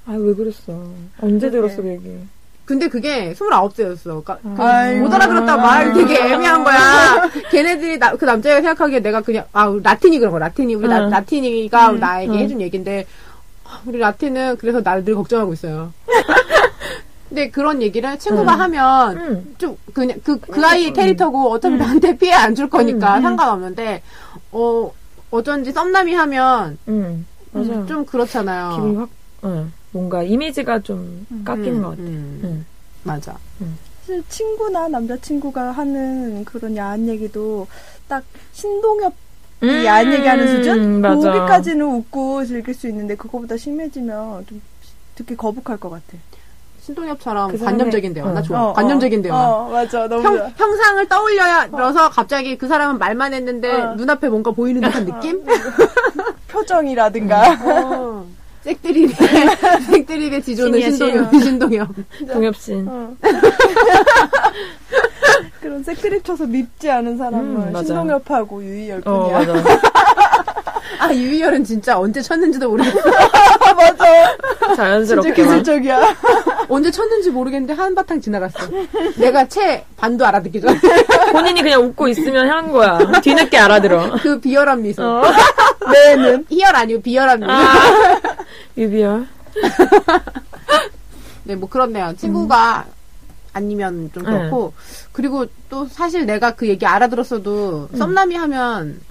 A: 아, 왜 그랬어. 언제 들었어, 그 얘기.
C: 근데 그게 29세였어. 그러니까 그
D: 아이고.
C: 못 알아들었다 말 되게 애매한 거야. 걔네들이 나, 그 남자애가 생각하기에 내가 그냥 아 우리 라틴이 그런 거 라틴이 우리 라,
A: 응.
C: 라틴이가 나에게 해준 얘기인데 아, 우리 라틴은 그래서 나를 늘 걱정하고 있어요. 근데 그런 얘기를 친구가 하면
A: 응.
C: 좀 그냥 그, 그 아이의 캐릭터고 어차피 나한테 피해 안 줄 거니까 상관없는데 어 어쩐지 썸남이 하면
A: 응. 맞아요.
C: 좀 그렇잖아요.
A: 기분이 확, 응. 뭔가 이미지가 좀 깎이는 것 같아.
C: 음.
A: 응.
C: 맞아.
D: 사실 친구나 남자친구가 하는 그런 야한 얘기도 딱 신동엽 이 야한 얘기하는 수준?
A: 음. 맞아.
D: 거기까지는 웃고 즐길 수 있는데 그거보다 심해지면 좀 듣기 거북할 것 같아.
C: 신동엽처럼
A: 그 사람의-
C: 관념적인 대화. 나
A: 어.
C: 좋아. 관념적인 대화.
D: 어, 맞아. 너무
C: 형, 형상을 떠올려야 들어서 갑자기 그 사람은 말만 했는데
D: 어.
C: 눈앞에 뭔가 보이는 듯한 느낌?
D: 표정이라든가.
C: 어. 색드립의, 색드립의 지조는
A: 신이야,
C: 신동엽, 신동엽. 음.
A: 동엽신.
D: 어. 그런 새크립 쳐서 밉지 않은
A: 음,
D: 사람은
A: 맞아.
D: 신동엽하고 유희열 뿐이야.
A: 어, 맞아.
C: 아, 유희열은 진짜 언제 쳤는지도 모르겠어.
D: 진짜
A: 자연스럽게. 만
D: 기술적이야.
C: 언제 쳤는지 모르겠는데 한바탕 지나갔어. 내가 채 반도 알아듣기 전에.
A: 본인이 그냥 웃고 있으면 한 거야. 뒤늦게 알아들어.
C: 그 비열한 미소.
A: 어. 네.
D: 내는
C: 희열 아니고 비열한 미소.
A: 유비열.
C: 네, 뭐 그렇네요. 친구가 아니면 좀 그렇고. 그리고 또 사실 내가 그 얘기 알아들었어도 썸남이 하면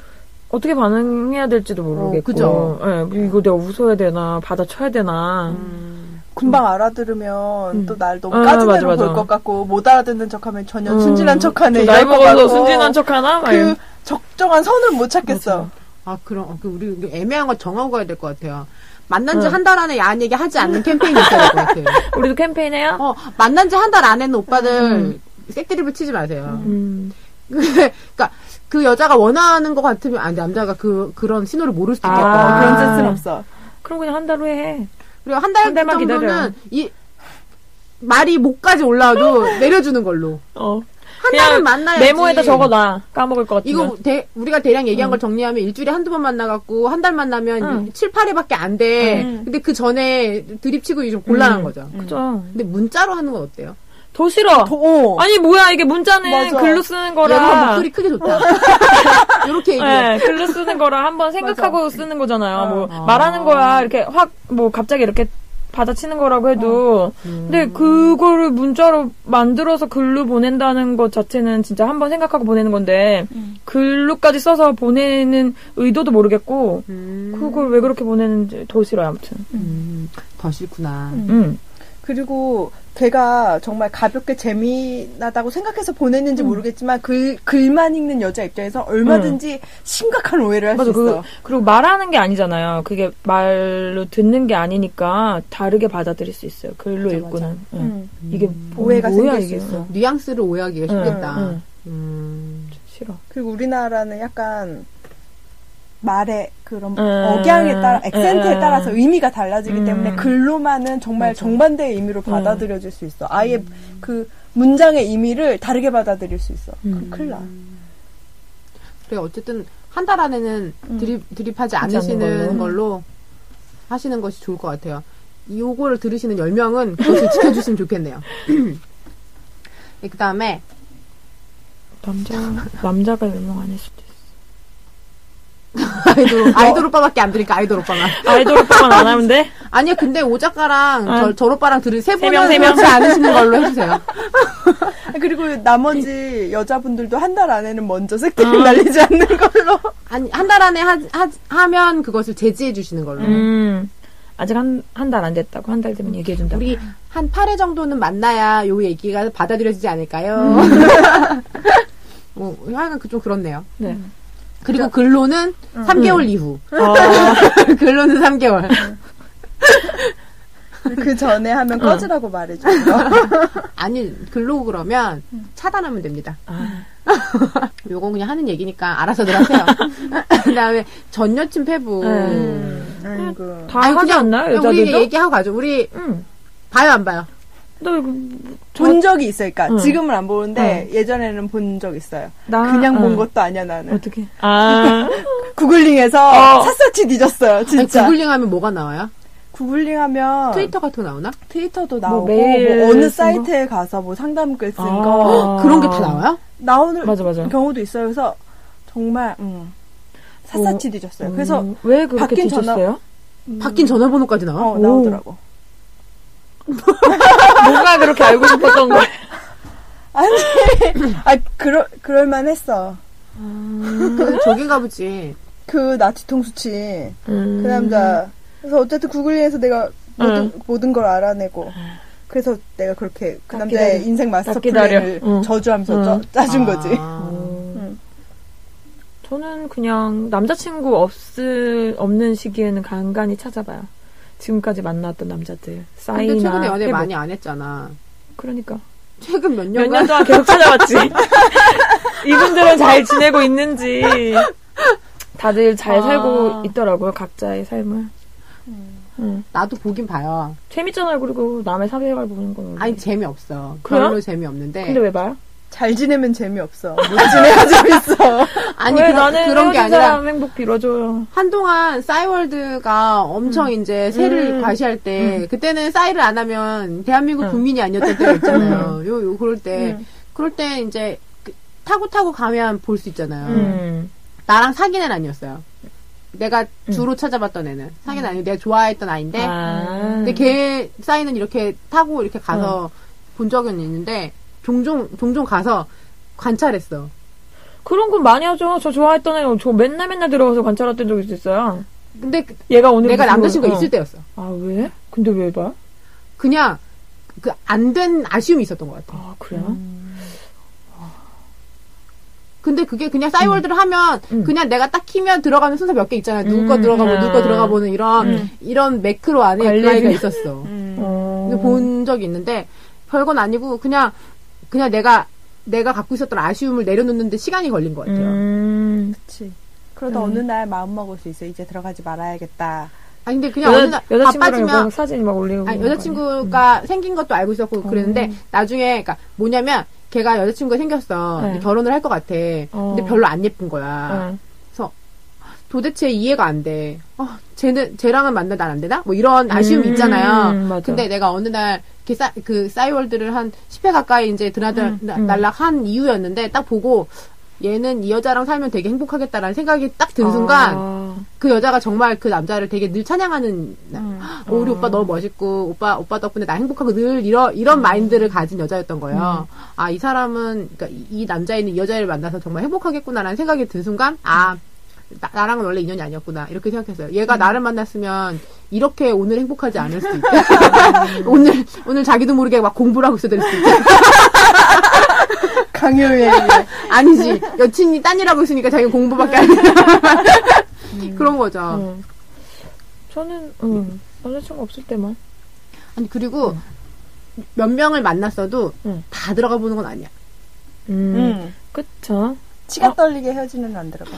A: 어떻게 반응해야 될지도 모르겠고.
C: 어, 그죠.
A: 예, 뭐 이거 내가 웃어야 되나, 받아쳐야 되나.
C: 음.
D: 금방 알아들으면 또 날 너무
A: 아,
D: 까진
A: 맞아,
D: 대로
A: 맞아.
D: 볼 것 같고 못 알아듣는 척하면 전혀
A: 음.
D: 순진한 척하네.
A: 좀 나이
D: 이럴 것
A: 먹어서
D: 같고.
A: 순진한 척 하나? 막
D: 그
A: 이런.
D: 적정한 선을 못 찾겠어.
C: 아, 그럼, 어, 그 우리 우리 애매한 거 정하고 가야 될 것 같아요. 만난 지 한 달 안에 야한 얘기 하지 않는 캠페인이 있어야 될 것 같아요.
A: 우리도 캠페인 해요?
C: 어, 만난 지 한 달 안에는 오빠들 색드립을 치지 마세요.
A: 음.
C: 그러니까 그 여자가 원하는 것 같으면 아 남자가 그 그런 신호를 모를 수도 있겠고
A: 아.
D: 그런 센스는 없어.
A: 그럼 그냥 한 달 후에 해.
C: 그리고 한 달
A: 한 달만
C: 정도는
A: 기다려요.
C: 이 말이 목까지 올라와도 내려주는 걸로
A: 어.
C: 한
A: 그냥
C: 달은 만나야지.
A: 메모에다 적어놔. 까먹을 것 같으면.
C: 이거 대- 우리가 대략 얘기한
A: 음.
C: 걸 정리하면 일주일에 한두 번 만나갖고 한 달 만나면
A: 응.
C: 칠 7, 8회밖에 안 돼. 근데 그 전에 드립치고 좀 곤란한
A: 음.
C: 거죠.
A: 그죠.
C: 근데 문자로 하는 건 어때요?
A: 더 싫어.
D: 어.
A: 아니 뭐야 이게 문자는
D: 맞아.
A: 글로 쓰는
C: 얘가
A: 거라
C: 목소리 크게 좋다. 이렇게 얘기해.
A: 네, 글로 쓰는 거라 한번 생각하고 쓰는 거잖아요. 뭐
C: 아.
A: 말하는 거야 이렇게 확 뭐 갑자기 이렇게 받아치는 거라고
C: 어.
A: 해도
C: 음.
A: 근데 그거를 문자로 만들어서 글로 보낸다는 것 자체는 진짜 한번 생각하고 보내는 건데
D: 음.
A: 글로까지 써서 보내는 의도도 모르겠고
C: 음.
A: 그걸 왜 그렇게 보내는지 더 싫어요 아무튼.
C: 음, 더 싫구나.
A: 음.
D: 그리고 걔가 정말 가볍게 재미나다고 생각해서
A: 음.
D: 보냈는지 모르겠지만 글 글만 읽는 여자 입장에서 얼마든지 심각한 오해를 할 수
A: 음. 맞아
D: 있어.
A: 그 그리고 말하는 게 아니잖아요. 그게 말로 듣는 게 아니니까 다르게 받아들일 수 있어요. 글로
C: 맞아,
A: 읽고는. 응.
D: 음.
A: 이게
D: 오해가
A: 뭐야, 음.
D: 생길
A: 이게.
D: 수
A: 예.
D: 있어. 아.
C: 뉘앙스를 오해하기가
A: 응,
C: 쉽겠다.
A: 응,
C: 음.
A: 싫어.
D: 그리고 우리나라는 약간 말의
A: 음.
D: 그런 억양에 따라 액센트에
A: 음.
D: 따라서 의미가 달라지기
A: 음.
D: 때문에 글로만은 정말
A: 맞아. 음.
D: 정반대의 의미로 받아들여질 수 있어. 아예 그 문장의 의미를 다르게 받아들일 수 있어.
A: 음.
D: 그 큰일 나.
C: 그래, 어쨌든 한 달 안에는 드립, 음. 드립하지
A: 하지
C: 않으시는
A: 않는
C: 걸로 하시는 것이 좋을 것 같아요. 요거를 들으시는 10명은 그것을 지켜주시면 좋겠네요. 그 다음에
A: 남자 남자가 연명 아닐 수도 있어.
C: 아이돌, 아이돌 오빠밖에 안 들으니까 아이돌 오빠만.
A: 아이돌 오빠만 안 하면 돼?
C: 아니요, 근데 오 작가랑
A: 아.
C: 저, 저 오빠랑 들을 세 분은
A: 명, 세 명.
C: 그렇지 않으시는 걸로 해주세요.
D: 그리고 나머지 여자분들도 한 달 안에는 먼저 새끼를
A: 아.
D: 날리지 않는 걸로.
C: 아니, 한 달 안에 하, 면 그것을 제지해주시는 걸로.
A: 음. 아직 한 한 달 안 됐다고 한 달 되면 얘기해 준다.
C: 우리 한 8회 정도는 만나야 요 얘기가 받아들여지지 않을까요? 뭐, 하여간 그 좀 그렇네요.
A: 음. 네. 음.
C: 그리고 근로는 3개월 이후.
A: 아,
C: 근로는 3개월.
A: 음.
D: 그 전에 하면
A: 어.
D: 꺼지라고 말해줘.
A: 음.
C: 아니, 근로 그러면 차단하면 됩니다.
A: 아.
C: 요건 그냥 하는 얘기니까 알아서들 하세요. 그 다음에 전 여친 패부.
A: 네.
D: 어. 아이고.
A: 다 하지 않나요
C: 그냥 우리
A: 여자들도?
C: 얘기하고 가죠. 우리
A: 응.
C: 봐요, 안 봐요?
A: 너 이거
D: 본 적이 있으니까
A: 응.
D: 지금은 안 보는데 예전에는 본 적 있어요.
A: 음. 어. 나
D: 그냥 본
A: 응.
D: 것도 아니야 나는.
A: 어떻게? 아.
D: 구글링에서
A: 어.
D: 샅샅이 뒤졌어요
C: 아니,
D: 진짜.
C: 구글링 하면 뭐가 나와요?
D: 구글링
A: 어.
D: 하면
C: 트위터 같은 거 나오나?
D: 도 나오고
A: 메일
D: 뭐 어느
A: 쓴
D: 사이트에 가서 뭐 상담글 쓴
A: 아.
D: 거
C: 그런 게 다 나와요?
D: 나오는
A: 맞아 맞아.
D: 경우도 있어요. 그래서 정말 음, 샅샅이 뒤졌어요. 그래서
A: 음, 왜 그렇게
D: 바뀐 전화-
A: 뒤졌어요? 음.
C: 바뀐 전화번호까지 나와?
D: 어, 나오더라고.
A: 뭐가 그렇게 알고 싶었던 거야?
D: 아니, 아 그럴 그럴만 했어.
C: 그 저긴가 보지.
D: 그나 뒤통수치
A: 음.
D: 그 남자. 그래서 어쨌든 구글링에서 내가 모든 모든 걸 알아내고. 그래서 내가 그렇게 그
A: 딱
D: 남자의
A: 기다려.
D: 인생 마스터
A: 딱 기다려.
D: 플랜을
A: 응.
D: 저주하면서
A: 응. 아.
D: 짜- 짜준 거지.
A: 어.
D: 음.
A: 저는 그냥 남자친구 없을 없는 시기에는 간간히 찾아봐요. 지금까지 만났던 남자들
C: 근데
A: 사이나
C: 최근에 연애
A: 해보-
C: 많이 안 했잖아.
A: 그러니까
C: 최근 몇
A: 몇
C: 년간
A: 년 동안 계속 찾아봤지. 이분들은 잘 지내고 있는지 다들 잘
C: 아.
A: 살고 있더라고요 각자의 삶을. 음. 응.
C: 나도 보긴 봐요.
A: 재밌잖아요 그리고 남의 사회생활 보는 건. 원래.
C: 아니 네. 재미없어.
A: 그래요?
C: 별로 재미없는데. 아,
A: 근데 왜 봐요?
D: 잘 지내면 재미없어. 못 지내야 재밌어.
C: 아니
A: 왜
C: 그런,
A: 나는
C: 그런 게
A: 헤어진
C: 아니라 음.
A: 사람 행복 빌어줘요.
C: 한동안 싸이월드가 엄청 이제 새를
A: 음.
C: 과시할 때 그때는 싸이를 안 하면 대한민국
A: 음.
C: 국민이 아니었던 때가 있잖아요. 요, 요 그럴 때 그럴 때 이제 그, 타고 타고 가면 볼 수 있잖아요.
A: 음.
C: 나랑 사귄 애는 아니었어요. 내가 주로 찾아봤던 애는 사귄 아니고 내가 좋아했던 아인데
A: 음. 아.
C: 네. 근데 걔 사이는 이렇게 타고 이렇게
A: 음.
C: 가서 본 적은 있는데 종종 종종 가서 관찰했어.
A: 그런 건 많이 하죠. 저 좋아했던 애는 저 맨날 맨날 들어가서 관찰했던 적이 있어요.
C: 근데 그-
A: 얘가 오늘
C: 내가
A: 무슨
C: 남자친구가
A: 거-
C: 있을 때였어.
A: 아 왜? 근데 왜 봐?
C: 그냥 그 안 된 아쉬움이 있었던 것 같아.
A: 아 그래요?
C: 음. 근데 그게 그냥 싸이월드를 하면
A: 음.
C: 그냥 내가 딱 키면 들어가는 순서 몇 개 있잖아요. 누구 거
A: 음.
C: 들어가고
A: 음.
C: 누구 거 들어가보는 이런 이런 매크로 안에
A: 관리.
C: 그 아이가 있었어.
D: 음.
A: 어...
C: 근데 본 적이 있는데 별건 아니고 그냥 그냥 내가 내가 갖고 있었던 아쉬움을 내려놓는데 시간이 걸린 것 같아요.
A: 음.
D: 그치. 그러다 어느 날 마음 먹을 수 있어. 이제 들어가지 말아야겠다.
C: 아니 근데 그냥 어느
A: 여자,
C: 날
A: 여자친구랑
C: 바빠지면
A: 여자랑 사진 막 올리고.
C: 아니,
A: 그런 거
C: 여자친구가
A: 음.
C: 생긴 것도 알고
A: 어.
C: 있었고 그랬는데 나중에 그니까 뭐냐면 걔가 여자친구가 생겼어
A: 네.
C: 결혼을 할 것
A: 어.
C: 같아
A: 네.
C: 근데 별로 안 예쁜 거야
A: 아니야? 응.
C: 도대체 이해가 안돼 어, 쟤는 쟤랑은 만나 난안 되나 뭐 이런 아쉬움이
A: 음,
C: 있잖아요
A: 맞아.
C: 근데 내가 어느 날 이렇게 싸, 그 싸이월드를 한 10회 가까이 이제
A: 음,
C: 드나들 나- 날락한 이유였는데 딱 보고 얘는 이 여자랑 살면 되게 행복하겠다라는 생각이 딱
A: 어.
C: 든 순간
A: 아.
C: 그 여자가 정말 그 남자를 되게 늘 찬양하는
A: 음.
C: 어, 우리 오빠 너무 멋있고 오빠 오빠 덕분에 나 행복하고 늘 이런 이런 마인드를 가진 여자였던 거예요. 아 이 사람은 그러니까 이, 이 남자애는 이 여자를 만나서 정말 행복하겠구나라는 생각이 든 순간 아 나, 랑은 원래 인연이 아니었구나 이렇게 생각했어요. 얘가 나를 만났으면 이렇게 오늘 행복하지 않을 수도 있다. 오늘 오늘 자기도 모르게 막 공부를 하고 있어야 될 수도 있다.
D: 강요해.
C: 아니지 여친이 딴일하고 있으니까 자기 가 공부밖에 안 해. 그런 거죠.
A: 응. 음. 저는 응.
C: 음.
A: 여자친구 없을 때만.
C: 아니 그리고 몇 명을 만났어도
A: 음.
C: 다 들어가 보는 건 아니야.
A: 음.
D: 응.
A: 그쵸.
E: 치가
A: 어.
E: 떨리게 헤어지는 안 들어가.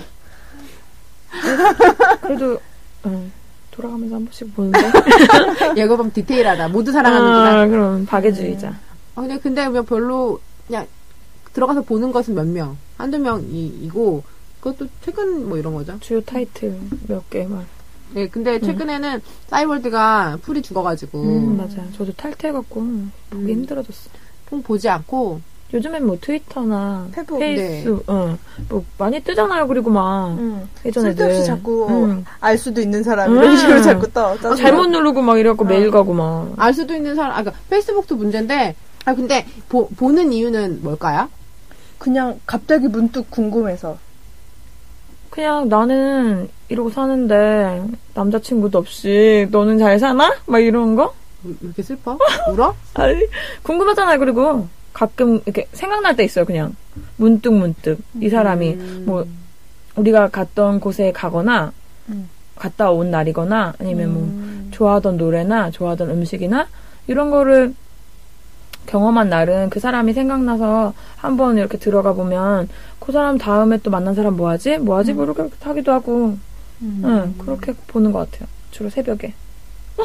A: 그래도 응. 돌아가면서 한 번씩 보는데.
C: 예고밤 디테일하다. 모두 사랑하는구나.
A: 아, 그럼 박애주의자.
C: 아, 근데 근데 뭐 별로 그냥 들어가서 보는 것은 몇 명, 한두 명이고 그것도 최근 뭐 이런 거죠.
A: 주요 타이틀 몇 개만.
C: 네, 근데 최근에는 사이월드가 풀이 죽어가지고
A: 음, 맞아요. 저도 탈퇴해갖고 보기
C: 음.
A: 힘들어졌어.
C: 좀 보지 않고
A: 요즘엔 뭐 트위터나
D: 페북,
A: 페이스, 어, 뭐 많이 뜨잖아요. 그리고 막
D: 응.
A: 예전에
D: 음, 쓸데없이 자꾸 어,
A: 음.
D: 알 수도 있는 사람
A: 음. 아,
D: 이런 식으로 자꾸 떠. 짜증나.
A: 잘못 누르고 막 이래갖고 메일 가고 막.
C: 알 수도 있는 사람, 아, 그러니까 페이스북도 문제인데, 아 근데 보, 보는 이유는 뭘까요?
E: 그냥 갑자기 문득 궁금해서.
A: 그냥 나는 이러고 사는데 남자친구도 없이 너는 잘 사나? 막 이런 거?
C: 왜 이렇게 슬퍼? 울어?
A: 아니, 궁금하잖아요. 그리고 가끔 이렇게 생각날 때 있어요. 그냥 문득 문득 이 사람이
C: 음.
A: 뭐 우리가 갔던 곳에 가거나 갔다 온 날이거나 아니면
D: 음.
A: 뭐 좋아하던 노래나 좋아하던 음식이나 이런 거를 경험한 날은 그 사람이 생각나서 한번 이렇게 들어가 보면 그 사람 다음에 또 만난 사람 뭐하지 뭐하지 모르게 하기도 하고
D: 음.
A: 응, 그렇게 보는 것 같아요 주로 새벽에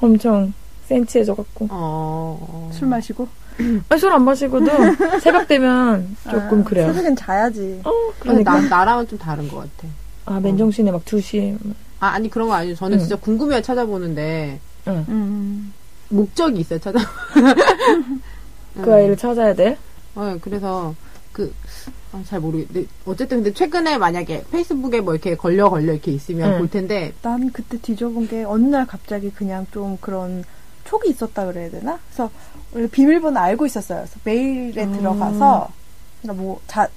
A: 엄청 센치해져갖고
C: 어.
D: 술 마시고.
A: 술 안 마시고도 새벽 되면 조금
D: 아,
A: 그래요
D: 새벽엔 자야지.
A: 어
C: 근데
A: 그러니까
C: 나, 나랑은 좀 다른 것 같아.
A: 아 맨정신에 막 2시에
C: 아, 아니, 그런 거 아니에요. 저는
A: 응.
C: 진짜 궁금해 찾아보는데,
D: 음.
C: 목적이 있어요, 찾아. 음.
A: 그 아이를 찾아야 돼
C: 어, 그래서, 그, 아, 잘 모르겠는데, 어쨌든 근데 최근에 만약에 페이스북에 뭐 이렇게 걸려 걸려 이렇게 있으면
A: 응.
C: 볼 텐데,
D: 난 그때 뒤져본 게 어느 날 갑자기 그냥 좀 그런 촉이 있었다 그래야 되나? 그래서 원래 비밀번호 알고 있었어요. 그래서 메일에 들어가서 그러니까 뭐 자,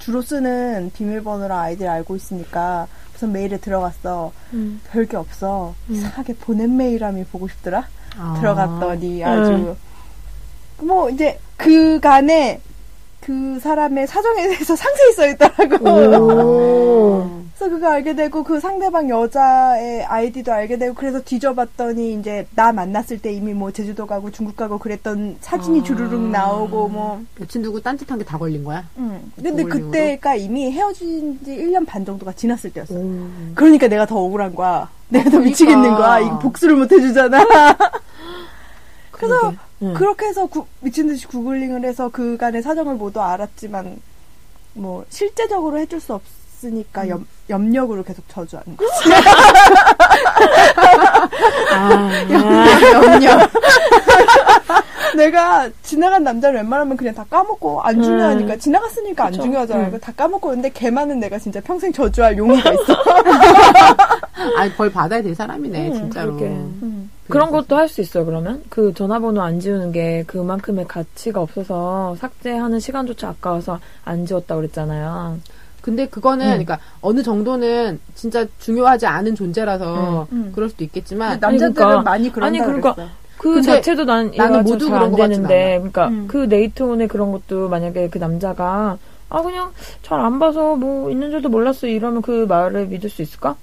D: 주로 쓰는 비밀번호랑 아이디를 알고 있으니까 우선 메일에 들어갔어.
A: 음.
D: 별게 없어. 이상하게 보낸 메일함이 보고 싶더라.
C: 아.
D: 들어갔더니 아주 뭐 이제 그간에 그 사람의 사정에 대해서 상세히 써 있더라고.
A: 오.
D: 그래서 그거 알게 되고 그 상대방 여자의 아이디도 알게 되고 그래서 뒤져봤더니 이제 나 만났을 때 이미 뭐 제주도 가고 중국 가고 그랬던 사진이
A: 아.
D: 주르륵 나오고 뭐 음.
C: 여친 두고 딴짓한 게 다 걸린 거야?
D: 근데
C: 올리브로?
D: 그때가 이미 헤어진 지 1년 반 정도가 지났을 때였어. 그러니까 내가 더 억울한 거야. 내가 더
C: 그러니까.
D: 미치겠는 거야. 이거 복수를 못 해주잖아.
C: 그러니까.
D: 그래서
C: 예.
A: 응.
D: 그렇게 해서 구- 미친 듯이 구글링을 해서 그간의 사정을 모두 알았지만 뭐 실제적으로 해줄 수 없으니까 염, 염력으로 계속 저주하는 거야.
A: 아,
D: 내가 지나간 남자를 웬만하면 그냥 다 까먹고 안 중요하니까 지나갔으니까 안
A: 그쵸.
D: 중요하잖아.
A: 음.
D: 요다 까먹고 근데 걔만은 내가 진짜 평생 저주할 용의가 있어.
C: 아니, 벌 받아야 될 사람이네, 진짜로.
A: 음, 그러게.
D: 음.
A: 그런 것도 할 수 있어요, 그러면? 그 전화번호 안 지우는 게 그만큼의 가치가 없어서 삭제하는 시간조차 아까워서 안 지웠다고 그랬잖아요.
C: 근데 그거는,
A: 응.
C: 그러니까, 어느 정도는 진짜 중요하지 않은 존재라서,
A: 음.
C: 그럴 수도 있겠지만,
A: 아니,
D: 남자들은
A: 그러니까.
D: 많이 그런다
A: 아니, 그러니까
D: 그랬어.
A: 그
C: 근데
A: 자체도 난
C: 나는
A: 이해가
C: 모두 그런
A: 잘안
C: 것 음. 같진
A: 되는데, 그러니까 그 네이트온의 그런 것도 만약에 그 남자가 아, 그냥 잘 안 봐서 뭐 있는 줄도 몰랐어 이러면 그 말을 믿을 수 있을까?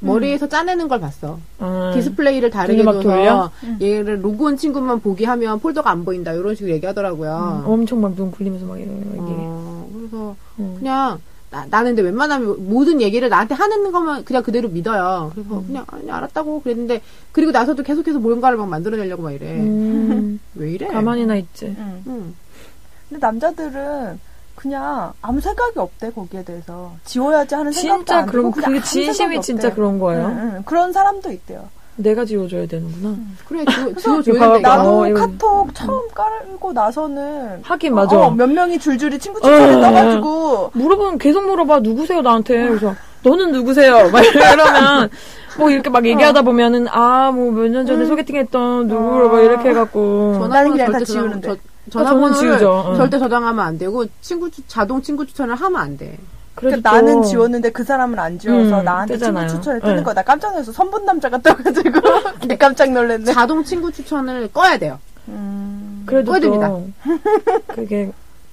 C: 머리에서 짜내는 걸 봤어.
A: 음.
C: 디스플레이를 다르게
A: 눈이 막 돌려?
C: 둬서 얘를 로그온 친구만 보게 하면 폴더가 안 보인다 이런 식으로
D: 아.
C: 얘기하더라고요.
A: 엄청 막 눈 굴리면서 막 음. 어, 이런 얘기.
C: 어, 그래서
A: 음.
C: 그냥 나, 나는 근데 웬만하면 모든 얘기를 나한테 하는 것만 그냥 그대로 믿어요. 그래서
A: 음.
C: 그냥 아니 알았다고 그랬는데 그리고 나서도 계속해서 뭔가를 막 만들어내려고 막
D: 네.
C: 이래.
A: 음.
C: 왜 이래?
A: 가만히나 있지.
E: 음.
C: 음.
D: 근데 남자들은 그냥 아무 생각이 없대 거기에 대해서 지워야지 하는 생각도
A: 진짜
D: 안
A: 그런
D: 들고
A: 거-
D: 그냥
A: 그게
D: 아무
A: 진심이
D: 생각이
A: 진짜
D: 없대.
A: 그런 거예요.
D: 응, 응. 그런 사람도 있대요.
A: 내가 지워줘야 되는구나.
C: 그래 지워 지워
A: 이거
C: 줘야
A: 봐봐.
C: 된다.
D: 나도
A: 어, 이건-
D: 카톡 처음 깔고 나서는
A: 하긴 맞아.
D: 어, 몇 명이 줄줄이 친구 친구를
A: 어.
D: 떠가지고
A: 물어보면 계속 물어봐 누구세요 나한테 그래서 너는 누구세요 막 이러면 뭐 이렇게 막
D: 어.
A: 얘기하다 보면은 아 뭐 몇 년 전에 소개팅했던 누구로 막 이렇게 해갖고
D: 나는
C: 전화번호
D: 그냥 다
C: 절대 저장,
D: 지우는데.
C: 저, 전화번호를
A: 저는 지우죠. 음. 응.
C: 절대 저장하면 안 되고 친구 추- 자동 친구 추천을 하면 안 돼.
D: 그
A: 그래도
D: 나는
A: 또
D: 지웠는데 그 사람은 안 지워서
A: 음,
D: 나한테
A: 뜨잖아요.
D: 친구 추천을 뜨는
A: 네.
D: 거야. 나 깜짝 놀라서 선분 남자가 떠가지고 개 깜짝 놀랐네. 음.
C: 자동 친구 추천을 꺼야 돼요.
A: 그래도 또
C: 꺼집니다.
A: 그게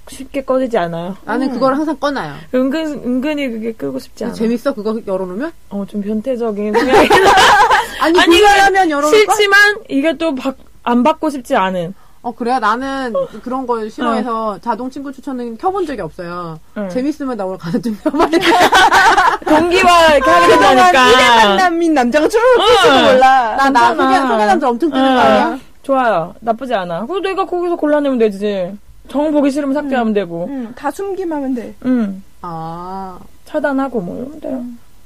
A: 쉽게 꺼지지 않아요
C: 나는 그걸 항상 꺼놔요.
A: 은근 은근히 그게 끄고 싶지 않아
C: 재밌어 그거 열어놓으면?
A: 어좀 변태적인 생각이
C: 아니
A: 아니,
C: 불가하면 열어놓을까?
A: 싫지만 이게 또 안 받고 싶지 않은
C: 어 그래요. 나는 그런 걸 싫어해서 자동 친구 추천은 켜본 적이 없어요.
A: 응.
C: 재밌으면 나 오늘 가서 좀 켜봐야
A: 동기와 이렇게 하게 되니까
D: 남인 남자가 줄을지도
A: 응.
D: 몰라.
A: 괜찮아.
C: 나나 소개 소개남자 엄청 뜨는 거 아니야?
A: 어. 좋아요 나쁘지 않아 그리고 내가 거기서 골라내면 되지 정 보기 싫으면 삭제하면 되고
D: 응, 음, 다 숨기만 하면 돼.
A: 응
C: 아,
A: 차단하고 뭐 이러면 돼요.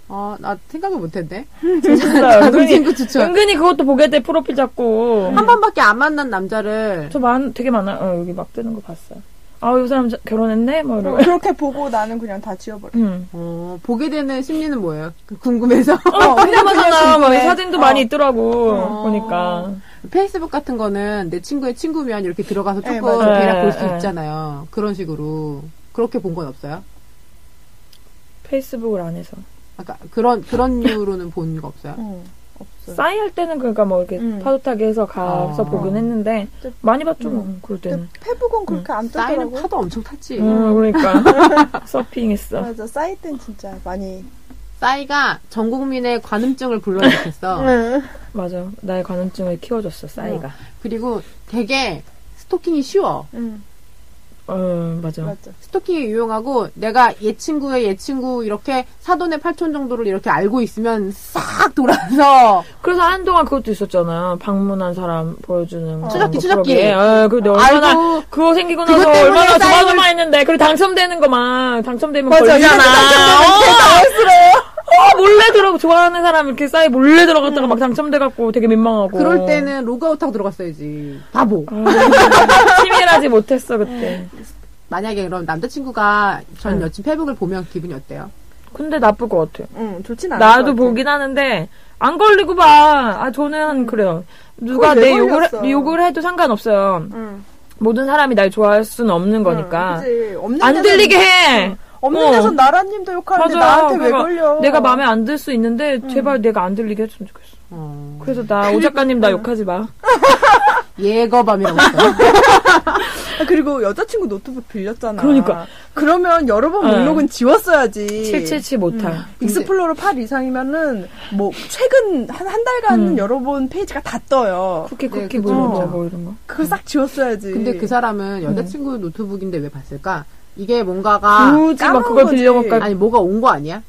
C: 아, 나 생각을 못했네.
A: 진짜
C: 자동
A: 아, 은근히,
C: 친구 추천.
A: 은근히 그것도 보게 돼 프로필 잡고.
C: 한 번밖에 안 만난 남자를
A: 저 많, 되게 많아. 어, 여기 막 뜨는 거 봤어요. 아, 이 사람 자- 결혼했네? 뭐 이러고.
D: 그렇게 보고 나는 그냥 다 지워버려.
A: 응.
C: 어, 보게 되는 심리는 뭐예요? 그 궁금해서.
A: 어, 궁금하잖아. 막
D: 궁금해.
A: 사진도
D: 어.
A: 많이 있더라고.
C: 어.
A: 보니까.
C: 페이스북 같은 거는 내 친구의 친구면 이렇게 들어가서
D: 네,
C: 조금
A: 맞아요.
C: 대략 볼 수
A: 네, 네.
C: 있잖아요. 그런 식으로. 그렇게 본 건 없어요?
A: 페이스북을 안 해서.
C: 아까 그런, 그런
A: 네.
C: 이유로는 본 거 없어요?
D: 응, 음, 없어요.
A: 싸이 할 때는 그러니까 뭐 이렇게
D: 음.
A: 파도 타기 해서 가서
C: 아.
A: 보긴 했는데, 많이 봤죠, 뭐.
C: 음.
A: 그럴 때는.
D: 근데 페북은
A: 음.
D: 그렇게 안
C: 싸이는
D: 뜨더라고.
C: 파도 엄청 탔지.
A: 응, 그러니까. 서핑했어.
D: 맞아, 사이트는 진짜 많이.
C: 싸이가 전 국민의 관음증을 불러일으켰어.
A: 맞아. 나의 관음증을 키워줬어, 싸이가.
C: 그리고 되게 스토킹이 쉬워.
D: 응,
A: 어, 맞아.
D: 맞아.
C: 스토킹이 유용하고 내가 얘 친구의 얘 친구 이렇게 사돈의 팔촌 정도를 이렇게 알고 있으면 싹 돌아서
A: 그래서 한동안 그것도 있었잖아. 방문한 사람 보여주는. 그런
C: 추적기,
A: 거
C: 추적기.
A: 프로그램. 예, 그리고 내가 얼마나,
C: 알고
A: 그거 생기고
C: 그것
A: 나서
C: 때문에
A: 얼마나
C: 싸움을-
A: 조마조마했는데. 그리고 당첨되는 거 막, 당첨되면
D: 맞아,
A: 걸리잖아.
D: 이래서 당첨되면 되게
A: 당첨되면 어, 몰래 들어, 좋아하는 사람 이렇게 싸이 몰래 들어갔다가 막 당첨돼갖고 되게 민망하고.
C: 음. 그럴 때는 로그아웃하고 들어갔어야지. 바보.
A: 아, 치밀하지 못했어, 그때.
C: 만약에 그럼 남자친구가 전
A: 응.
C: 여친 페북을 보면 기분이 어때요?
A: 근데 나쁠 것 같아.
D: 응, 음, 좋진 않아.
A: 나도 보긴 하는데 안 걸리고 봐. 아 저는 그래요. 누가
D: 그걸 왜
A: 내 욕을
D: 걸렸어?
A: 해- 욕을 해도 상관없어요.
D: 응.
A: 모든 사람이 날 좋아할 수는 없는 거니까
D: 그치. 없는
A: 그러니까. 안
D: 데는-
A: 들리게 해.
D: 없는
A: 어.
D: 데서 나라님도 욕하는데
A: 맞아.
D: 나한테 왜
A: 그러니까
D: 걸려?
A: 내가 마음에 안 들 수 있는데 제발 내가 안 들리게 했으면 좋겠어.
C: 어...
A: 그래서 나 오 작가님 나 욕하지 마.
C: 예거밤이라고 했어.
D: 아, 그리고 여자친구 노트북 빌렸잖아.
A: 그러니까.
D: 그러면 여러 번
A: 네.
D: 목록은 지웠어야지.
A: 777 못할.
D: 익스플로러 8 이상이면은 뭐 최근 한 한 달간
A: 음.
D: 여러 번 페이지가 다 떠요.
A: 쿠키
C: 네,
A: 쿠키
C: 그죠.
A: 뭐, 뭐, 뭐 이런 거.
D: 그걸 싹 지웠어야지.
C: 근데 그 사람은 여자친구 노트북인데 왜 봤을까? 이게 뭔가가
A: 굳이 막
D: 아, 까먹은
A: 그걸
D: 거지.
A: 빌려볼까?
C: 아니 뭐가 온 거 아니야?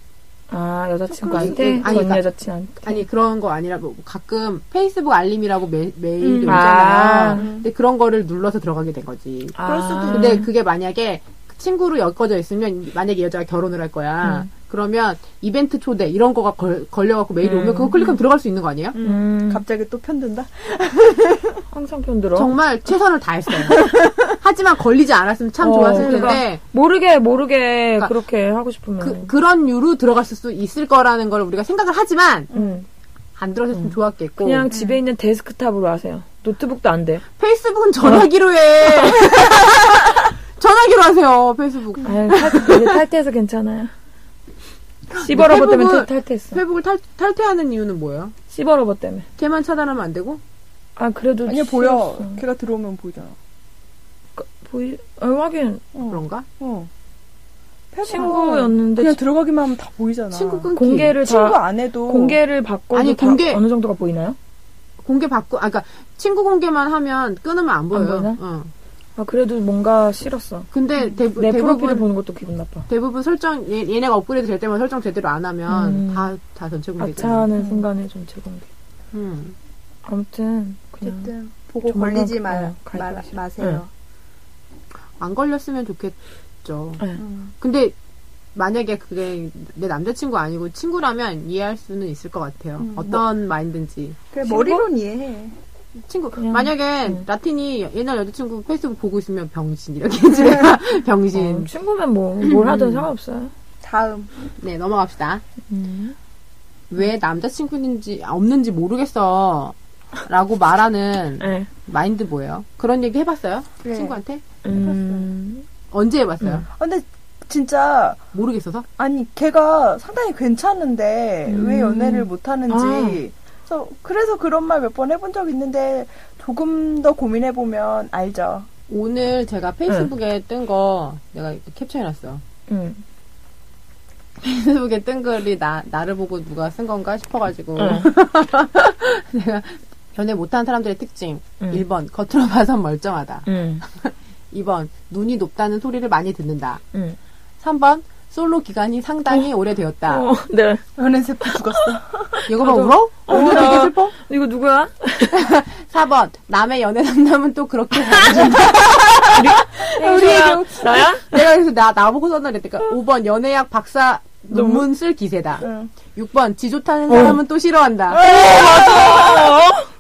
A: 아 여자친구한테
C: 아니,
A: 전
C: 그러니까-
A: 여자친한테.
C: 아니 그런 거 아니라 뭐 가끔 페이스북 알림이라고 메, 메일이
D: 음.
A: 아.
C: 오잖아요. 근데 그런 거를 눌러서 들어가게 된 거지.
A: 그럴
D: 수도
C: 근데 그게 만약에 친구로 엮어져 있으면 만약에 여자가 결혼을 할 거야.
A: 음.
C: 그러면 이벤트 초대 이런 거가 걸, 걸려갖고 메일이
A: 음.
C: 오면 그거 클릭하면 들어갈 수 있는 거 아니에요?
A: 음,
D: 갑자기 또 편든다.
A: 항상 편들어.
C: 정말 최선을 다했어요. 하지만 걸리지 않았으면 참
A: 어,
C: 좋았을
A: 그러니까
C: 텐데
A: 모르게 모르게
C: 그러니까
A: 그렇게 하고 싶으면
C: 그, 그런 이유로 들어갔을 수 있을 거라는 걸 우리가 생각을 하지만
A: 음,
C: 안 들어갔으면 좋았겠고
A: 그냥 집에 있는 데스크탑으로 하세요. 노트북도 안 돼. 어.
C: 페이스북은 전화기로 해. 전화기로 하세요 페이스북.
A: 아유, 탈, 이제 탈퇴해서 괜찮아요. 씨버러버 때문에
C: 페북은-
A: 탈- 탈퇴했어.
C: 페북을 탈, 탈퇴하는 이유는 뭐예요?
A: 씨버러버 때문에.
C: 걔만 차단하면 안 되고?
A: 아 그래도
D: 아니야
A: 싫었어.
D: 보여. 걔가 들어오면 보이잖아.
A: 보이. 어, 하긴
D: 어.
C: 그런가?
D: 어. 패가
A: 친구였는데
D: 그냥 들어가기만 하면 다 보이잖아.
C: 친구 끊기.
A: 공개를
D: 친구
A: 다
D: 안 해도
A: 공개를 받고
C: 아니, 공개-
A: 어느 정도가 보이나요?
C: 공개 받고, 아, 그니까, 친구 공개만 하면 끊으면 안 보여요.
A: 보이나?
C: 어.
A: 아 그래도 뭔가 싫었어.
C: 근데 대부,
A: 내 프로필을
C: 대부분,
A: 보는 것도 기분 나빠.
C: 대부분 설정, 얘, 얘네가 업그레이드 될 때만 설정 제대로 안 하면
A: 음.
C: 다, 다 전체 공개잖아.
A: 아차하는 순간에 좀 제공돼.
C: 음.
A: 아무튼 그냥
E: 어쨌든 보고
A: 음. 조만간
E: 걸리지
A: 어,
E: 말,
A: 갈
E: 말
A: 거지.
E: 마세요.
C: 안 걸렸으면 좋겠죠.
A: 네.
E: 음.
C: 근데 만약에 그게 내 남자친구 아니고 친구라면 이해할 수는 있을 것 같아요.
A: 뭐
E: 음.
C: 어떤 마인드인지.
E: 그래
A: 친구?
E: 머리론 이해해.
C: 친구,
A: 그냥,
C: 만약에
A: 음.
C: 라틴이 옛날 여자친구 페이스북 보고 있으면 병신, 이렇게 해주면 병신.
A: 어, 친구면 뭐 뭘
C: 음.
A: 하든 상관없어요.
E: 다음
C: 네, 넘어갑시다. 음. 왜 남자친구인지, 아, 없는지 모르겠어. 라고 말하는
A: 네.
C: 마인드 뭐예요? 그런 얘기 해봤어요?
E: 그래.
C: 친구한테?
A: 음,
C: 언제 해봤어요?
A: 네. 음.
D: 아, 근데 진짜
C: 모르겠어서?
D: 아니 걔가 상당히 괜찮은데
A: 음.
D: 왜 연애를 못 하는지
A: 아.
D: 그래서, 그래서 그런 말 몇 번 해본 적 있는데 조금 더 고민해 보면 알죠.
C: 오늘 제가 페이스북에 뜬 거 내가 이렇게 캡처해놨어.
A: 음,
C: 페이스북에 뜬 글이 나, 나를 보고 누가 쓴 건가 싶어가지고.
A: 음.
C: 내가 연애 못한 사람들의 특징.
A: 음.
C: 1번, 겉으로 봐선 멀쩡하다.
A: 음,
C: 2번, 눈이 높다는 소리를 많이 듣는다.
A: 음.
C: 3번, 솔로 기간이 상당히 오래되었다.
A: 어, 네.
D: 연애 세포 죽었어.
C: 이거 봐, 울어? 오늘 되게 슬퍼?
A: 이거 누구야?
C: 4번, 남의 연애 상담은 또 그렇게 잘해줘. 네,
A: 우리야 나야?
C: 내가 그래서 나, 나보고 썼나 그랬더니 5번, 연애학 박사 논문 쓸 기세다.
D: 응.
C: 6번, 지 좋다는 사람은 또 싫어한다.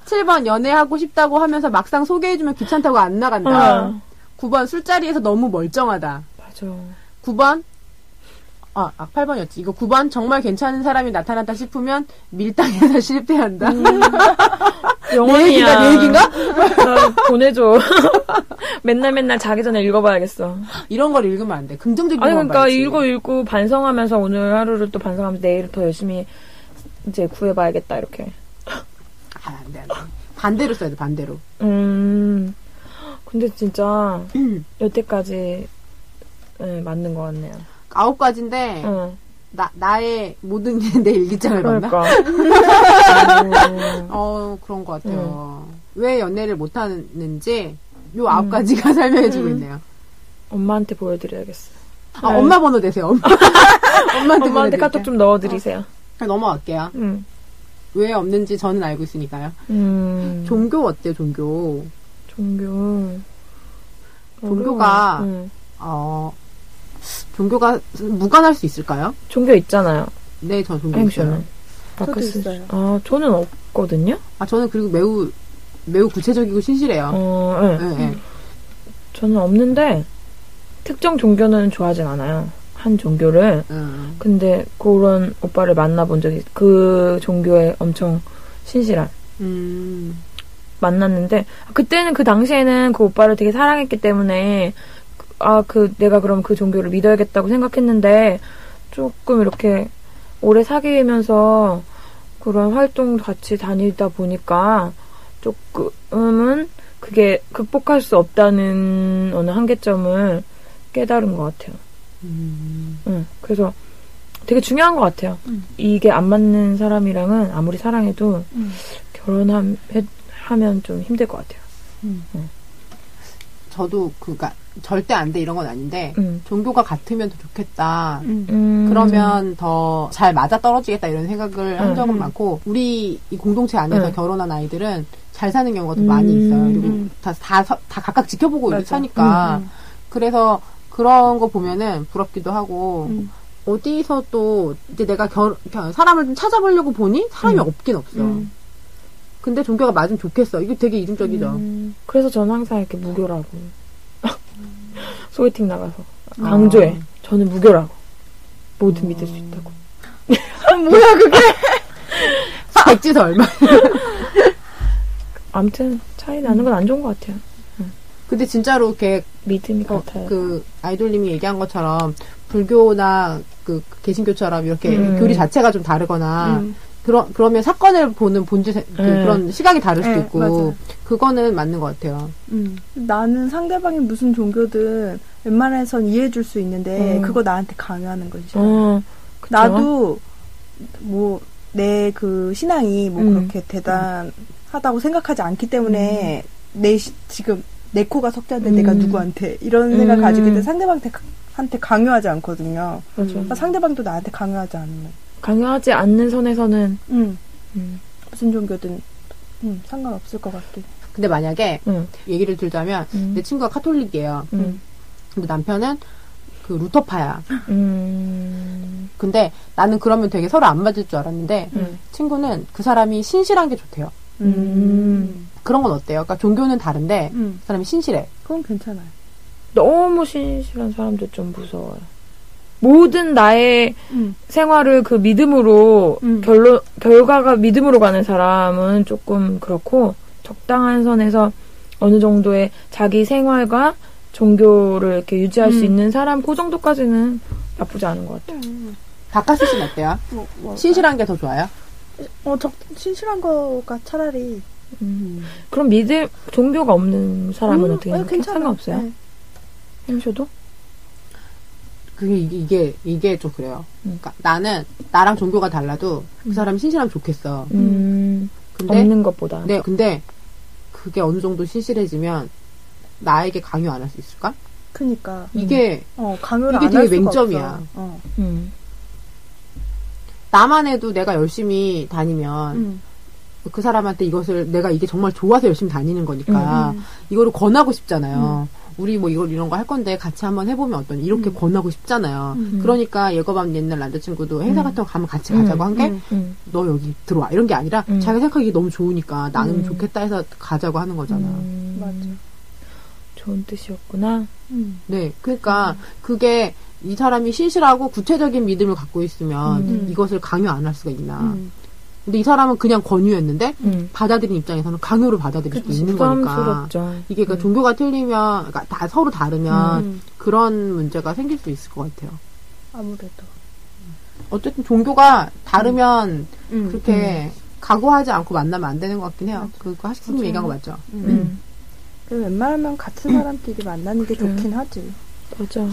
C: 7번, 연애하고 싶다고 하면서 막상 소개해주면 귀찮다고 안 나간다.
A: 어.
C: 9번, 술자리에서 너무 멀쩡하다.
A: 맞아.
C: 9번 아, 아 8번이었지. 이거 9번 정말 괜찮은 사람이 나타났다 싶으면 밀당해서 실패한다.
A: 음.
C: 내 얘기인가?
A: 영원이야.
C: 내 얘기인가?
A: 나 보내줘. 맨날 맨날 자기 전에 읽어봐야겠어.
C: 이런 걸 읽으면 안 돼. 긍정적인
A: 아니
C: 것만
A: 그러니까
C: 봐야지.
A: 읽고 읽고 반성하면서 오늘 하루를 또 반성하면서 내일 더 열심히 이제 구해봐야겠다 이렇게.
C: 아, 안 돼, 안 돼. 반대로 써야 돼, 반대로.
A: 음. 근데 진짜 여태까지 네, 맞는 것 같네요.
C: 아홉 가지인데
A: 응.
C: 나 나의 모든 게 내 일기장을 봤나?
A: 어. 그러니까. 아이고.
C: 어 그런 것 같아요.
A: 음.
C: 왜 연애를 못 하는지 요 아홉 가지가
A: 음.
C: 설명해주고 있네요.
A: 엄마한테 보여드려야겠어.
C: 아 엄마 번호 되세요. 엄마. 엄마한테,
A: 네. 엄마한테
C: 보내드릴게요. 아.
A: 카톡 좀 넣어드리세요.
C: 그럼 넘어갈게요.
A: 응.
C: 왜 없는지 저는 알고 있으니까요.
A: 음.
C: 종교 어때요, 종교?
A: 종교.
C: 종교가-
A: 어려워요. 음. 응.
C: 어, 종교가 무관할 수 있을까요?
A: 종교 있잖아요.
C: 네, 저는 종교
A: 아니,
C: 있어요.
A: 저는. 마크스-
E: 있어요.
A: 아, 저는 없거든요?
C: 아, 저는 그리고 매우, 매우 구체적이고 신실해요.
A: 어,
C: 예,
A: 예.
C: 예.
A: 저는 없는데, 특정 종교는 좋아하진 않아요. 한 종교를.
C: 음.
A: 근데 그런 오빠를 만나본 적이, 그 종교에 엄청 신실한.
C: 음.
A: 만났는데, 그때는 그 당시에는 그 오빠를 되게 사랑했기 때문에, 아, 그, 내가 그럼 그 종교를 믿어야겠다고 생각했는데, 조금 이렇게 오래 사귀면서 그런 활동 같이 다니다 보니까, 조금은 그게 극복할 수 없다는 어느 한계점을 깨달은 것 같아요.
C: 음.
A: 응. 그래서 되게 중요한 것 같아요. 이게 안 맞는 사람이랑은 아무리 사랑해도 결혼하면 좀 힘들 것 같아요.
C: 저도 그니까 그러니까 절대 안 돼 이런 건 아닌데
A: 음.
C: 종교가 같으면 더 좋겠다.
A: 음.
C: 그러면 더 잘 맞아 떨어지겠다 이런 생각을 한
A: 음.
C: 적은 많고 우리 이 공동체 안에서
A: 음.
C: 결혼한 아이들은 잘 사는 경우가 더
A: 음.
C: 많이 있어요. 그리고
E: 음.
C: 다다 다, 다 각각 지켜보고
A: 맞아. 음,
C: 이렇게 하니까 그래서 그런 거 보면은 부럽기도 하고
E: 음.
C: 어디서 또 이제 내가 결, 결- 사람을 좀 찾아보려고 보니 사람이 없긴 없어.
E: 음.
C: 근데 종교가 맞으면 좋겠어. 이거 되게 이중적이죠.
A: 음. 그래서 저는 항상 이렇게 무교라고 소개팅 나가서 강조해. 저는 무교라고 모두 믿을 수 있다고.
C: 백지서 얼마.
A: 아무튼 차이 나는 건 안 좋은 것 같아요.
C: 근데 진짜로 이렇게
A: 믿음이
C: 어,
A: 같아요.
C: 그 아이돌님이 얘기한 것처럼 불교나 그 개신교처럼 이렇게
A: 음.
C: 교리 자체가 좀
D: 아.
C: 다르거나
E: 음.
C: 그러, 그러면 사건을 보는 본질 그,
A: 음.
C: 런 시각이 다를 수도
E: 네,
C: 있고
E: 맞아요.
C: 그거는 맞는 것 같아요.
E: 음.
D: 나는 상대방이 무슨 종교든 웬만해선 이해해줄 수 있는데
A: 음.
D: 그거 나한테 강요하는 거지.
A: 어, 그쵸?
D: 나도 뭐 내 그 신앙이 뭐
A: 음.
D: 그렇게 대단하다고 생각하지 않기 때문에 내 시- 지금 내 코가 석자인데
A: 음.
D: 내가 누구한테 이런
A: 음.
D: 생각 가지기 때문에 상대방한테 가- 한테 강요하지 않거든요.
A: 맞아.
D: 그러니까 상대방도 나한테 강요하지 않는.
A: 그렇죠. 강요하지 않는 선에서는
D: 음.
A: 음,
D: 무슨 종교든 음, 상관없을 것 같긴.
C: 근데 만약에
A: 음,
C: 얘기를 들자면
A: 음,
C: 내 친구가 카톨릭이에요.
A: 음,
C: 근데 남편은 그 루터파야.
A: 음,
C: 근데 나는 그러면 되게 서로 안 맞을 줄 알았는데
A: 음,
C: 친구는 그 사람이 신실한 게 좋대요.
A: 음.
C: 그런 건 어때요? 그러니까 종교는 다른데
D: 음.
C: 그 사람이 신실해.
D: 그건 괜찮아요.
A: 너무 신실한 사람들 좀 무서워요. 모든 나의 생활을 그 믿음으로
D: 음.
A: 결론 결과가 믿음으로 가는 사람은 조금 그렇고 적당한 선에서 어느 정도의 자기 생활과 종교를 이렇게 유지할 수
D: 음.
A: 있는 사람 그 정도까지는 나쁘지 않은 것 같아요.
C: 바카스 씨는 어때요?
E: 뭐, 뭐,
C: 신실한 게 더 좋아요?
E: 어, 적, 신실한 거가 차라리.
A: 그럼 믿음 종교가 없는 사람은
E: 음,
A: 어떻게
E: 아니,
A: 생각해요? 상관없어요.
E: 네.
A: 행쇼도?
C: 그게 이게 이게, 이게 좀 그래요.
A: 음.
C: 그러니까 나는 나랑 종교가 달라도 그 사람이 신실하면 좋겠어.
A: 음,
C: 근데
A: 없는 것보다.
C: 네, 근데 그게 어느 정도 신실해지면 나에게 강요 안 할 수 있을까?
A: 음.
D: 그니까.
C: 이게
D: 어, 강요를
C: 이게
D: 안할
C: 되게
D: 수가
C: 맹점이야.
D: 없어. 어.
A: 음.
C: 나만 해도 내가 열심히 다니면
D: 음.
C: 그 사람한테 이것을 내가 이게 정말 좋아서 열심히 다니는
A: 음,
C: 거니까
D: 음.
C: 이거를 권하고 싶잖아요. 우리 뭐 이걸 이런 거 할 건데 같이 한번 해보면 어떠니 이렇게 권하고 싶잖아요.
A: 음.
C: 그러니까 예거밤 옛날 남자친구도 행사
A: 음.
C: 같은 거 가면 같이
A: 음.
C: 가자고 한 게 너
D: 음.
A: 음.
C: 여기 들어와 이런 게 아니라
A: 음.
C: 자기 생각이 너무 좋으니까 나는
A: 음.
C: 좋겠다 해서 가자고 하는 거잖아.
A: 음.
D: 맞아.
A: 좋은 뜻이었구나.
D: 음.
C: 네, 그러니까 그게 이 사람이 신실하고 구체적인 믿음을 갖고 있으면
A: 음.
C: 이것을 강요 안 할 수가 있나.
D: 음.
C: 근데 이 사람은 그냥 권유였는데
A: 음.
C: 받아들인 입장에서는 강요로 받아들일 수도 있는 거니까.
A: 부담스럽죠.
C: 이게 그러니까
A: 음.
C: 종교가 틀리면 그러니까 다 서로 다르면
D: 음.
C: 그런 문제가 생길 수 있을 것 같아요.
E: 아무래도.
C: 어쨌든 종교가 다르면
D: 음.
C: 그렇게 각오하지 않고 만나면 안 되는 것 같긴 해요. 그거
A: 그렇죠.
C: 하식 선생님 얘기한 거 맞죠?
A: 음.
E: 그리고 웬만하면 같은 사람끼리 만나는 게
A: 그래요?
E: 좋긴 하지.
A: 맞아.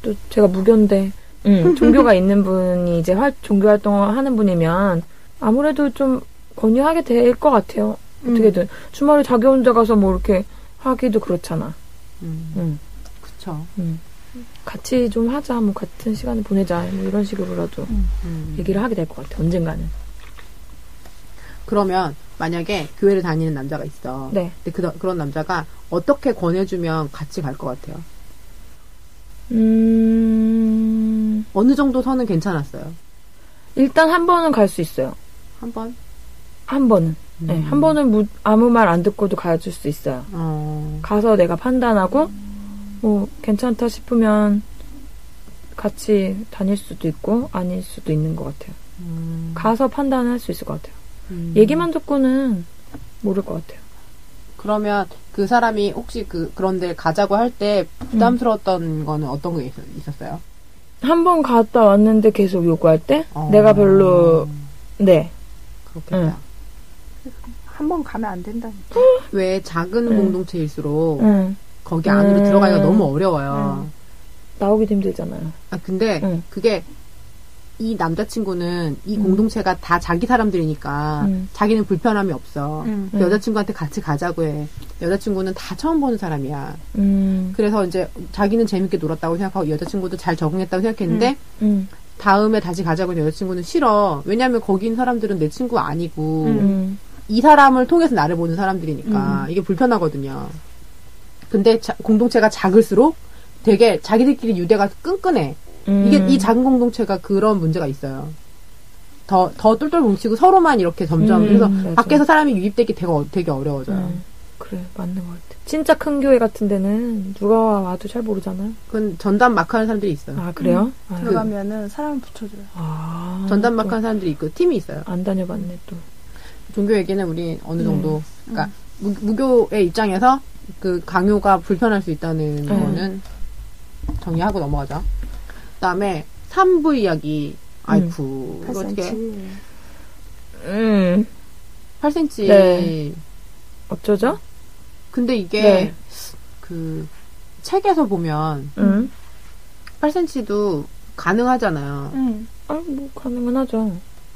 A: 또 제가 무견데 음, 종교가 있는 분이 이제 활, 종교 활동을 하는 분이면 아무래도 좀 권유하게 될 것 같아요. 어떻게든 주말에 자기 혼자 가서 뭐 이렇게 하기도 그렇잖아.
C: 음,
A: 음.
C: 그쵸.
A: 음. 같이 좀 하자, 뭐 같은 시간을 보내자, 뭐 이런 식으로라도
C: 음.
A: 얘기를 하게 될 것 같아. 요 언젠가는.
C: 그러면 만약에 교회를 다니는 남자가 있어.
A: 네.
C: 근데 그, 그런 남자가 어떻게 권해주면 같이 갈 것 같아요?
A: 음,
C: 어느 정도 선은 괜찮았어요.
A: 일단 한 번은 갈 수 있어요.
C: 한 번?
A: 한 번은. 네, 한 번은 무- 아무 말 안 듣고도 가줄 수 있어요.
C: 어,
A: 가서 내가 판단하고 뭐 괜찮다 싶으면 같이 다닐 수도 있고 아닐 수도 있는 것 같아요.
C: 음,
A: 가서 판단할 수 있을 것 같아요.
C: 음.
A: 얘기만 듣고는 모를 것 같아요.
C: 그러면 그 사람이 혹시 그, 그런 데 가자고 할 때
A: 음.
C: 부담스러웠던 거는 어떤 게 있, 었어요
A: 한 번 갔다 왔는데 계속 요구할 때
C: 어.
A: 내가 별로 네
C: 그렇겠다.
D: 음.
E: 한 번 가면 안 된다니까.
C: 왜 작은
A: 음.
C: 공동체일수록
A: 응.
C: 거기 안으로
A: 음.
C: 들어가기가 너무 어려워요.
A: 나오기도 힘들잖아요.
C: 아, 근데
A: 음.
C: 그게 이 남자친구는 이
A: 음.
C: 공동체가 다 자기 사람들이니까
A: 음.
C: 자기는 불편함이 없어.
D: 음.
C: 그 여자친구한테 같이 가자고 해. 여자친구는 다 처음 보는 사람이야.
A: 음,
C: 그래서 이제 자기는 재밌게 놀았다고 생각하고 여자친구도 잘 적응했다고 생각했는데
A: 음,
C: 다음에 다시 가자고 해서 여자친구는 싫어. 왜냐하면 거기 있는 사람들은 내 친구 아니고
A: 음,
C: 이 사람을 통해서 나를 보는 사람들이니까 이게 불편하거든요. 근데 자- 공동체가 작을수록 되게 자기들끼리 유대가 끈끈해.
A: 음.
C: 이게 이 작은 공동체가 그런 문제가 있어요. 더, 더 똘똘 뭉치고 서로만 이렇게 점점.
A: 음,
C: 그래서
A: 맞아.
C: 밖에서 사람이 유입되기 되게, 어- 되게 어려워져요.
A: 음, 그래 맞는 것 같아. 진짜 큰 교회 같은 데는 누가 와도 잘 모르잖아요.
C: 그건 전담 마크 하는 사람들이 있어요.
A: 아 그래요?
C: 음.
A: 아,
D: 들어가면은 사람 붙여줘요.
A: 아,
C: 전담
A: 또
C: 마크 하는 사람들이 있고, 팀이 있어요.
A: 안 다녀봤네 또.
C: 종교 얘기는 우리 어느
A: 음.
C: 정도, 그러니까 무, 교의 입장에서 그 강요가 불편할 수 있다는
A: 음.
C: 거는 정리하고 넘어가자. 그다음에 삼부 이야기. 아이쿠 이거 어떻게
E: 8cm.
A: 음
C: 8cm.
A: 네. 어쩌죠?
C: 근데 이게
A: 네.
C: 그 책에서 보면
A: 응.
C: 8cm도 가능하잖아요.
D: 응.
A: 아니 뭐 가능은 하죠.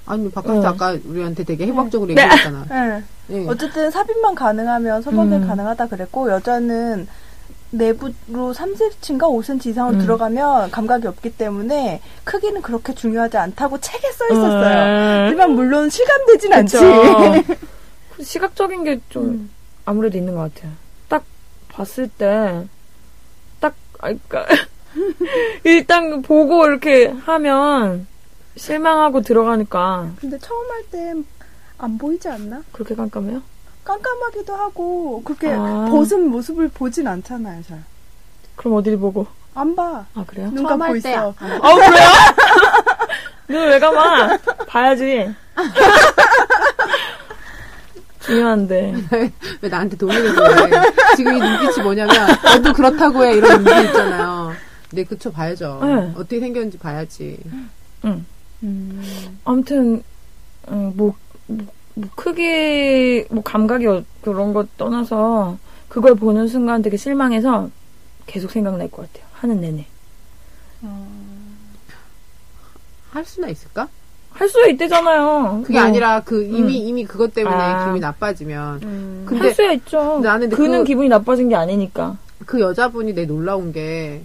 C: 아니 바깥에
A: 네.
C: 아까 우리한테 되게 해박적으로 얘기했잖아.
D: 예.
C: 네.
D: 어쨌든 삽입만 가능하면 섭외는
A: 음.
D: 가능하다 그랬고 여자는 내부로 3cm인가 5cm 이상으로
A: 음.
D: 들어가면 감각이 없기 때문에 크기는 그렇게 중요하지 않다고 책에 써
C: 예.
D: 있었어요. 하지만 물론 실감되진 않지. 음.
A: 그렇죠. 시각적인 게 좀 아무래도 있는 것 같아요. 딱 봤을 때, 딱, 아, 그니까, 일단 보고 이렇게 하면 실망하고 들어가니까
E: 근데 처음 할 땐 안 보이지 않나?
A: 그렇게 깜깜해요?
D: 깜깜하기도 하고 그렇게
A: 아.
D: 벗은 모습을 보진 않잖아요. 잘.
A: 그럼 어디를 보고?
D: 안 봐.
A: 아, 그래요?
D: 눈
C: 처음
D: 감고
C: 할 때야.
D: 있어.
A: 아, 그래요? 눈왜 감아? 봐야지. 중요한데.
C: 왜 나한테 도움을 줘? 지금 이 눈빛이 뭐냐면 너도 그렇다고 해 이런 눈빛 있잖아요. 네, 그쵸 봐야죠.
A: 네.
C: 어떻게 생겼는지 봐야지.
D: 음.
A: 아무튼 음, 뭐, 뭐, 뭐 크기 뭐 감각이 어- 그런 거 떠나서 그걸 보는 순간 되게 실망해서 계속 생각날 것 같아요. 하는 내내 음.
C: 할 수나 있을까?
A: 할 수 있대잖아요.
C: 그게
A: 뭐,
C: 아니라 그 이미 이미 그것 때문에
A: 아.
C: 기분이 나빠지면
A: 할
D: 음.
C: 근데
A: 수야 있죠.
C: 근데 나는 근데
A: 그는
C: 그-
A: 기분이 나빠진 게 아니니까.
C: 그 여자분이 내 놀라운 게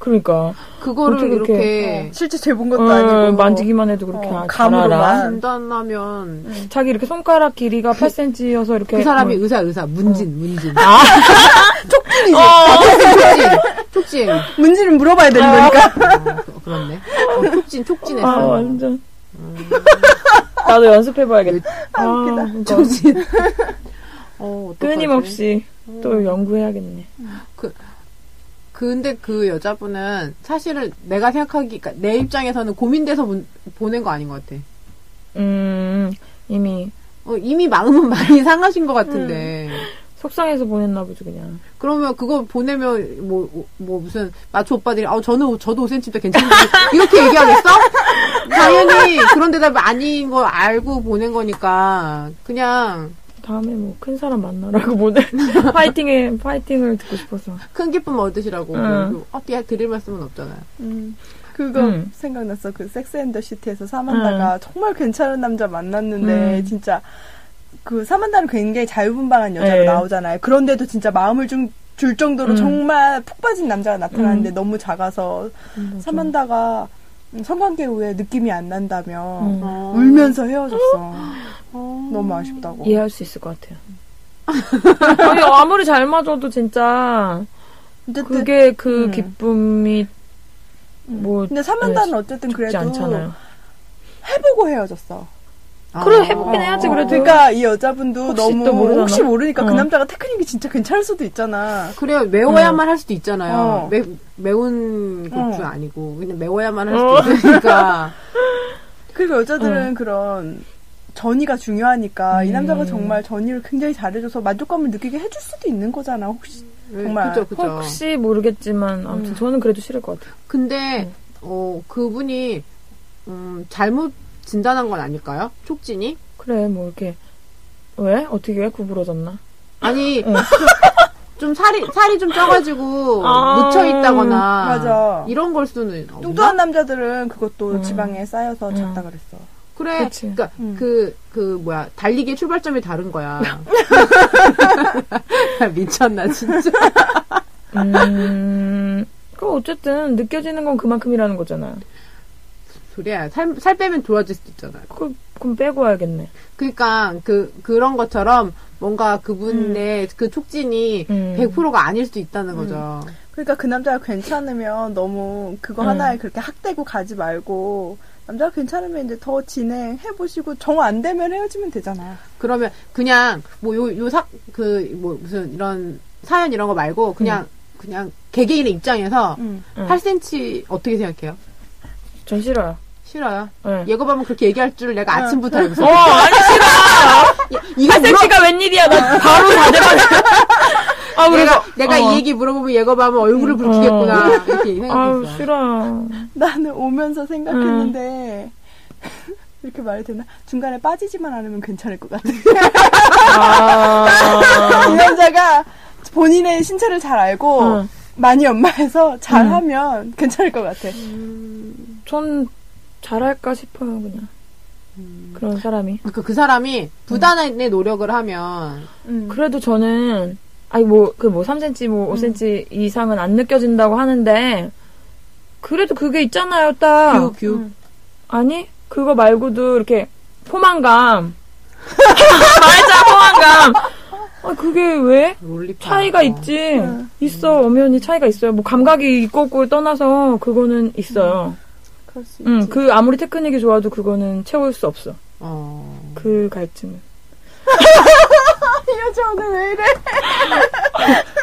A: 그러니까
C: 그거를
A: 어떻게
C: 이렇게
D: 실제 재본 것도
A: 어,
D: 아니고 뭐
A: 만지기만 해도 그렇게
D: 어,
A: 아- 잘 알아.
D: 감으로만.
C: 진단하면
A: 네. 자기 이렇게 손가락 길이가 8cm여서 이렇게
C: 그 사람이
A: 뭐-
C: 의사 의사 문진 문진 어,
A: 아,
C: 촉진 촉진
D: 문제를 물어봐야
A: 음.
D: 되는 거니까.
C: 어, 그- 그렇네 어, 촉진 촉진했어
A: 아 완전. 음. 나도 연습해봐야겠다. 아, 웃기다.
C: 촉진 어, 어떡하지?
A: 끊임없이 또 연구해야겠네.
C: 근데 그 여자분은 사실은 내가 생각하기 그러니까 내 입장에서는 고민돼서 문- 보낸 거 아닌 것 같아
A: 음, 이미
C: 어, 이미 마음은 많이 상하신 것 같은데
A: 음. 속상해서 보냈나 보죠, 그냥.
C: 그러면 그거 보내면 뭐 뭐 무슨 마초 오빠들이 아 저는 저도 5cm도 괜찮은데 이렇게 얘기하겠어? 당연히 그런 대답이 아닌 걸 알고 보낸 거니까 그냥
A: 다음에 뭐 큰 사람 만나라고 보내. 파이팅에 파이팅을 듣고 싶어서.
C: 큰 기쁨 얻으시라고
A: 응.
C: 뭐, 어떻게 드릴 말씀은 없잖아요.
D: 음, 그거
A: 음.
D: 생각났어. 그 섹스 앤더 시티에서 사만다가 정말 괜찮은 남자 만났는데
A: 음.
D: 진짜 그 사만다는 굉장히 자유분방한 여자로
A: 네.
D: 나오잖아요. 그런데도 진짜 마음을 좀 줄 정도로
A: 음.
D: 정말 푹 빠진 남자가 나타나는데 너무 작아서 사만다가 성관계 후에 느낌이 안 난다며
A: 음.
C: 어.
D: 울면서 헤어졌어. 너무 아쉽다고.
A: 이해할 수 있을 것 같아요. 아니 아무리 잘 맞아도 진짜
D: 어쨌든
A: 그게 그
D: 음.
A: 기쁨이 뭐
D: 근데 사만다는 어쨌든
A: 쉽지
D: 그래도
A: 않잖아요.
D: 해보고 헤어졌어.
A: 그래
C: 아.
A: 해보긴 해야지 그래도.
D: 그러니까 이 여자분도
A: 혹시
D: 너무
A: 또 모르잖아.
D: 혹시 모르니까
A: 어.
D: 그 남자가 테크닉이 진짜 괜찮을 수도 있잖아.
C: 그래요 매워야만 할 수도 있잖아요.
D: 어.
C: 매, 매운 고추
D: 어.
C: 아니고 그냥 매워야만 할 수도 있으니까
D: 그리고 여자들은 그런 전이가 중요하니까 이
A: 어. 음.
D: 남자가 정말 전이를 굉장히 잘해줘서 만족감을 느끼게 해줄 수도 있는 거잖아. 혹시 정말.
C: 네, 그죠 그죠.
A: 혹시 모르겠지만 아무튼 저는 그래도 싫을 것 같아요.
C: 근데 어 그분이 음, 잘못 진단한 건 아닐까요? 촉진이?
A: 그래 뭐 이렇게 왜 어떻게 왜 구부러졌나?
C: 아니 좀, 좀 살이 살이 좀 쪄가지고
A: 아,
C: 묻혀 있다거나
D: 맞아.
C: 이런 걸
A: 어,
C: 수는 없나?
A: 뭐?
D: 뚱뚱한 남자들은 그것도
A: 음.
D: 지방에 쌓여서
A: 음.
D: 작다 그랬어.
C: 그래,
A: 그치.
C: 그러니까
D: 음.
C: 그, 그 뭐야 달리기의 출발점이 다른 거야. 미쳤나 진짜.
A: 음, 그 어쨌든 느껴지는 건 그만큼이라는 거잖아요.
C: 소리야. 살, 살 빼면 좋아질 수도 있잖아.
A: 그, 그럼 빼고 와야겠네.
C: 그러니까 그 그런 것처럼 뭔가 그분의 그 촉진이
A: 음.
C: 100%가 아닐 수도 있다는 거죠.
D: 그러니까 그 남자가 괜찮으면 너무 그거
A: 음.
D: 하나에 그렇게 학대고 가지 말고 남자가 괜찮으면 이제 더 진행해 보시고 정 안 되면 헤어지면 되잖아.
C: 그러면 그냥 뭐 뭐요요사그뭐 무슨 이런 사연 이런 거 말고 그냥
A: 음.
C: 그냥 개개인의
A: 어.
C: 입장에서
D: 음.
C: 8cm 어떻게 생각해요?
A: 전 싫어요.
C: 싫어요.
A: 예.
C: 예고밤은 그렇게 얘기할 줄 내가 아침부터 알고
A: 어,
C: 있어.
A: 아니, 싫어!
C: 이거 물어,
A: 택시가 웬일이야. 나 바로 다대봤는 아,
C: 내가
A: 그래서,
C: 내가
A: 어. 음.
C: 이 얘기 물어보면 예고밤은 얼굴을 붉히겠구나 이렇게
A: 아우,
C: 생각했어.
A: 싫어요.
D: 나는 오면서 생각했는데
A: 음.
D: 이렇게 말해도 되나? 중간에 빠지지만 않으면 괜찮을 것 같아.
A: 아,
D: 이 남자가 본인의 신체를 잘 알고
A: 어. 음.
D: 많이 연마해서 잘하면 괜찮을 것 같아.
C: 음.
A: 전 잘할까 싶어요 그냥 그런 사람이.
C: 그러니까 그 사람이 부단의 노력을 하면
A: 음. 그래도 저는 아니 뭐 그 뭐 3cm 뭐 5cm 이상은 안 느껴진다고 하는데 그래도 그게 있잖아요 딱
D: 그
C: 뷰 뷰.
E: 음.
A: 아니 그거 말고도 이렇게 포만감 말자 포만감 아 그게 왜
C: 롤리팝.
A: 차이가 있지
D: 네.
A: 있어 엄연히 차이가 있어요 뭐 감각이 있고 없고 떠나서 그거는 있어요
E: 그럴
D: 음,
E: 수 있지.
A: 응 그 아무리 테크닉이 좋아도 그거는 채울 수 없어
C: 어.
A: 그 갈증은
E: 여자 오늘 왜 이래?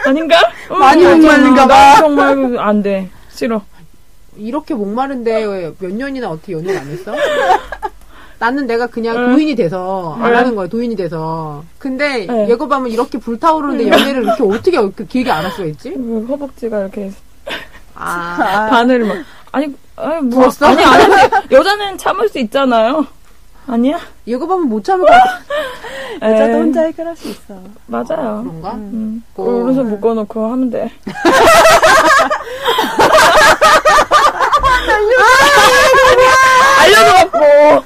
A: 아닌가 응,
D: 많이
A: 맞아.
D: 목마른가
A: 나 정말 안돼 싫어
C: 이렇게 목마른데 왜 몇 년이나 어떻게 연애를 안 했어? 나는 내가 그냥
A: 음.
C: 도인이 돼서 안
A: 응.
C: 하는 거야 도인이 돼서 근데
A: 네. 음.
C: 예고 보면 이렇게 불타오르는데 연애를 이렇게 어떻게 이렇게 길게 안 할 수가 있지?
A: 그 허벅지가 이렇게
C: 아
A: 바늘을 막 아니 아니 뭐
C: 부었어?
A: 아니 아니 여자는 참을 수 있잖아요 아니야
C: 예고 보면 못 참을 것 같아
D: 여자도
A: 에이,
D: 혼자 해결할 수 있어.
A: 맞아요
C: 그런가?
A: 음,
C: 어.
A: 오른손 묶어놓고 하면 돼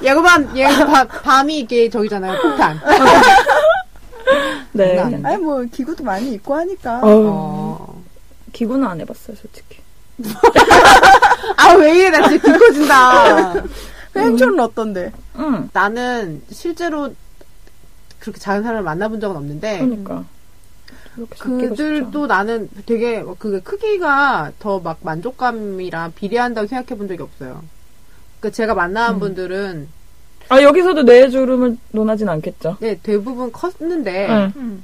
C: 예고밤 예고밤 밤이 이게 저기잖아요 폭탄
A: 음. 네.
C: 장난 아닌데?
D: 아니 뭐 기구도 많이 있고 하니까
A: 어,
C: 어.
A: 기구는 안 해봤어요, 솔직히.
C: 아 왜 이래 나 진짜 뒤꺼진다
D: 그 행주는 어떤데?
A: 응.
C: 나는 실제로 그렇게 작은 사람을 만나본 적은 없는데
A: 그러니까. 이렇게 잡기가 쉽지
C: 네. 그들도 나는 되게 막그 크기가 더 막 만족감이랑 비례한다고 생각해 본 적이 없어요. 그 제가 만나는
A: 음.
C: 분들은
A: 않아. 아 여기서도 내 주름을 논하진 않겠죠.
C: 네, 대부분 컸는데 그
A: 응.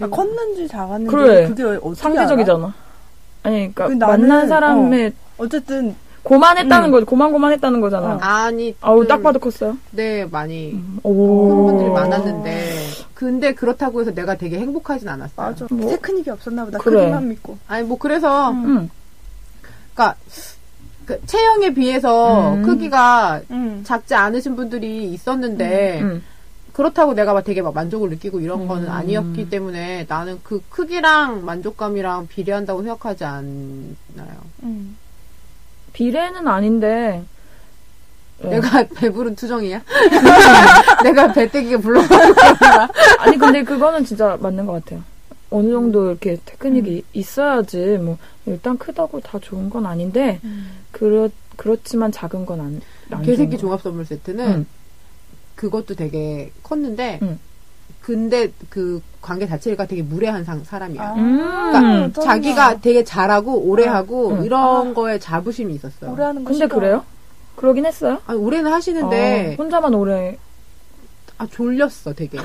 D: 아, 컸는지 작았는지
A: 음. 그래.
D: 그게 어떻게 알아?
A: 상대적이잖아. 아니, 그러니까
D: 그 나는,
A: 만난 사람의
D: 어쨌든
A: 고만했다는 거죠. 고만고만했다는
C: 어.
A: 거잖아.
C: 아니
A: 아우
C: 좀,
A: 딱 봐도 컸어요.
C: 네 많이
A: 오.
C: 그 그런 분들이 많았는데 근데 그렇다고 해서 내가 되게 행복하진 않았어요.
D: 맞아
A: 뭐.
D: 테크닉이 없었나 보다
A: 그래. 음.
D: 그림만 믿고 음.
C: 아니 뭐 그래서
A: 응.
C: 그러니까 그 체형에 비해서
A: 음.
C: 크기가
D: 응.
C: 작지 않으신 분들이 있었는데
A: 응.
C: 그렇다고 내가 막 되게 막 만족을 느끼고 이런 거는
A: 음.
C: 아니었기 때문에 나는 그 크기랑 만족감이랑 비례한다고 생각하지 않아요.
A: 음.
D: 음.
A: 비례는 아닌데.
D: 네.
A: 예.
C: 내가 배부른 투정이야? 내가 배때기가 불러.
A: 아니 근데 그거는 진짜 맞는 것 같아요. 어느 정도 이렇게 테크닉이 있어야지 뭐 일단 크다고 다 좋은 건 아닌데 그렇 그렇지만 작은 건안 안
C: 개새끼
A: 좋은
C: 종합 선물 세트는
D: 음.
A: 응.
C: 그것도 되게 컸는데
A: 응.
C: 근데 그 관계 자체가 되게 무례한 상, 사람이야.
D: 아,
A: 음.
D: 짜증나.
C: 자기가 되게 잘하고 오래 하고
A: 응.
C: 이런 거에 자부심이 있었어요.
D: 아, 음. 오래 하는 거
A: 근데
D: 싫어.
A: 그래요? 그러긴 했어요.
C: 아니, 오래는 하시는데
D: 아,
A: 어, 혼자만 오래
C: 아 졸렸어 되게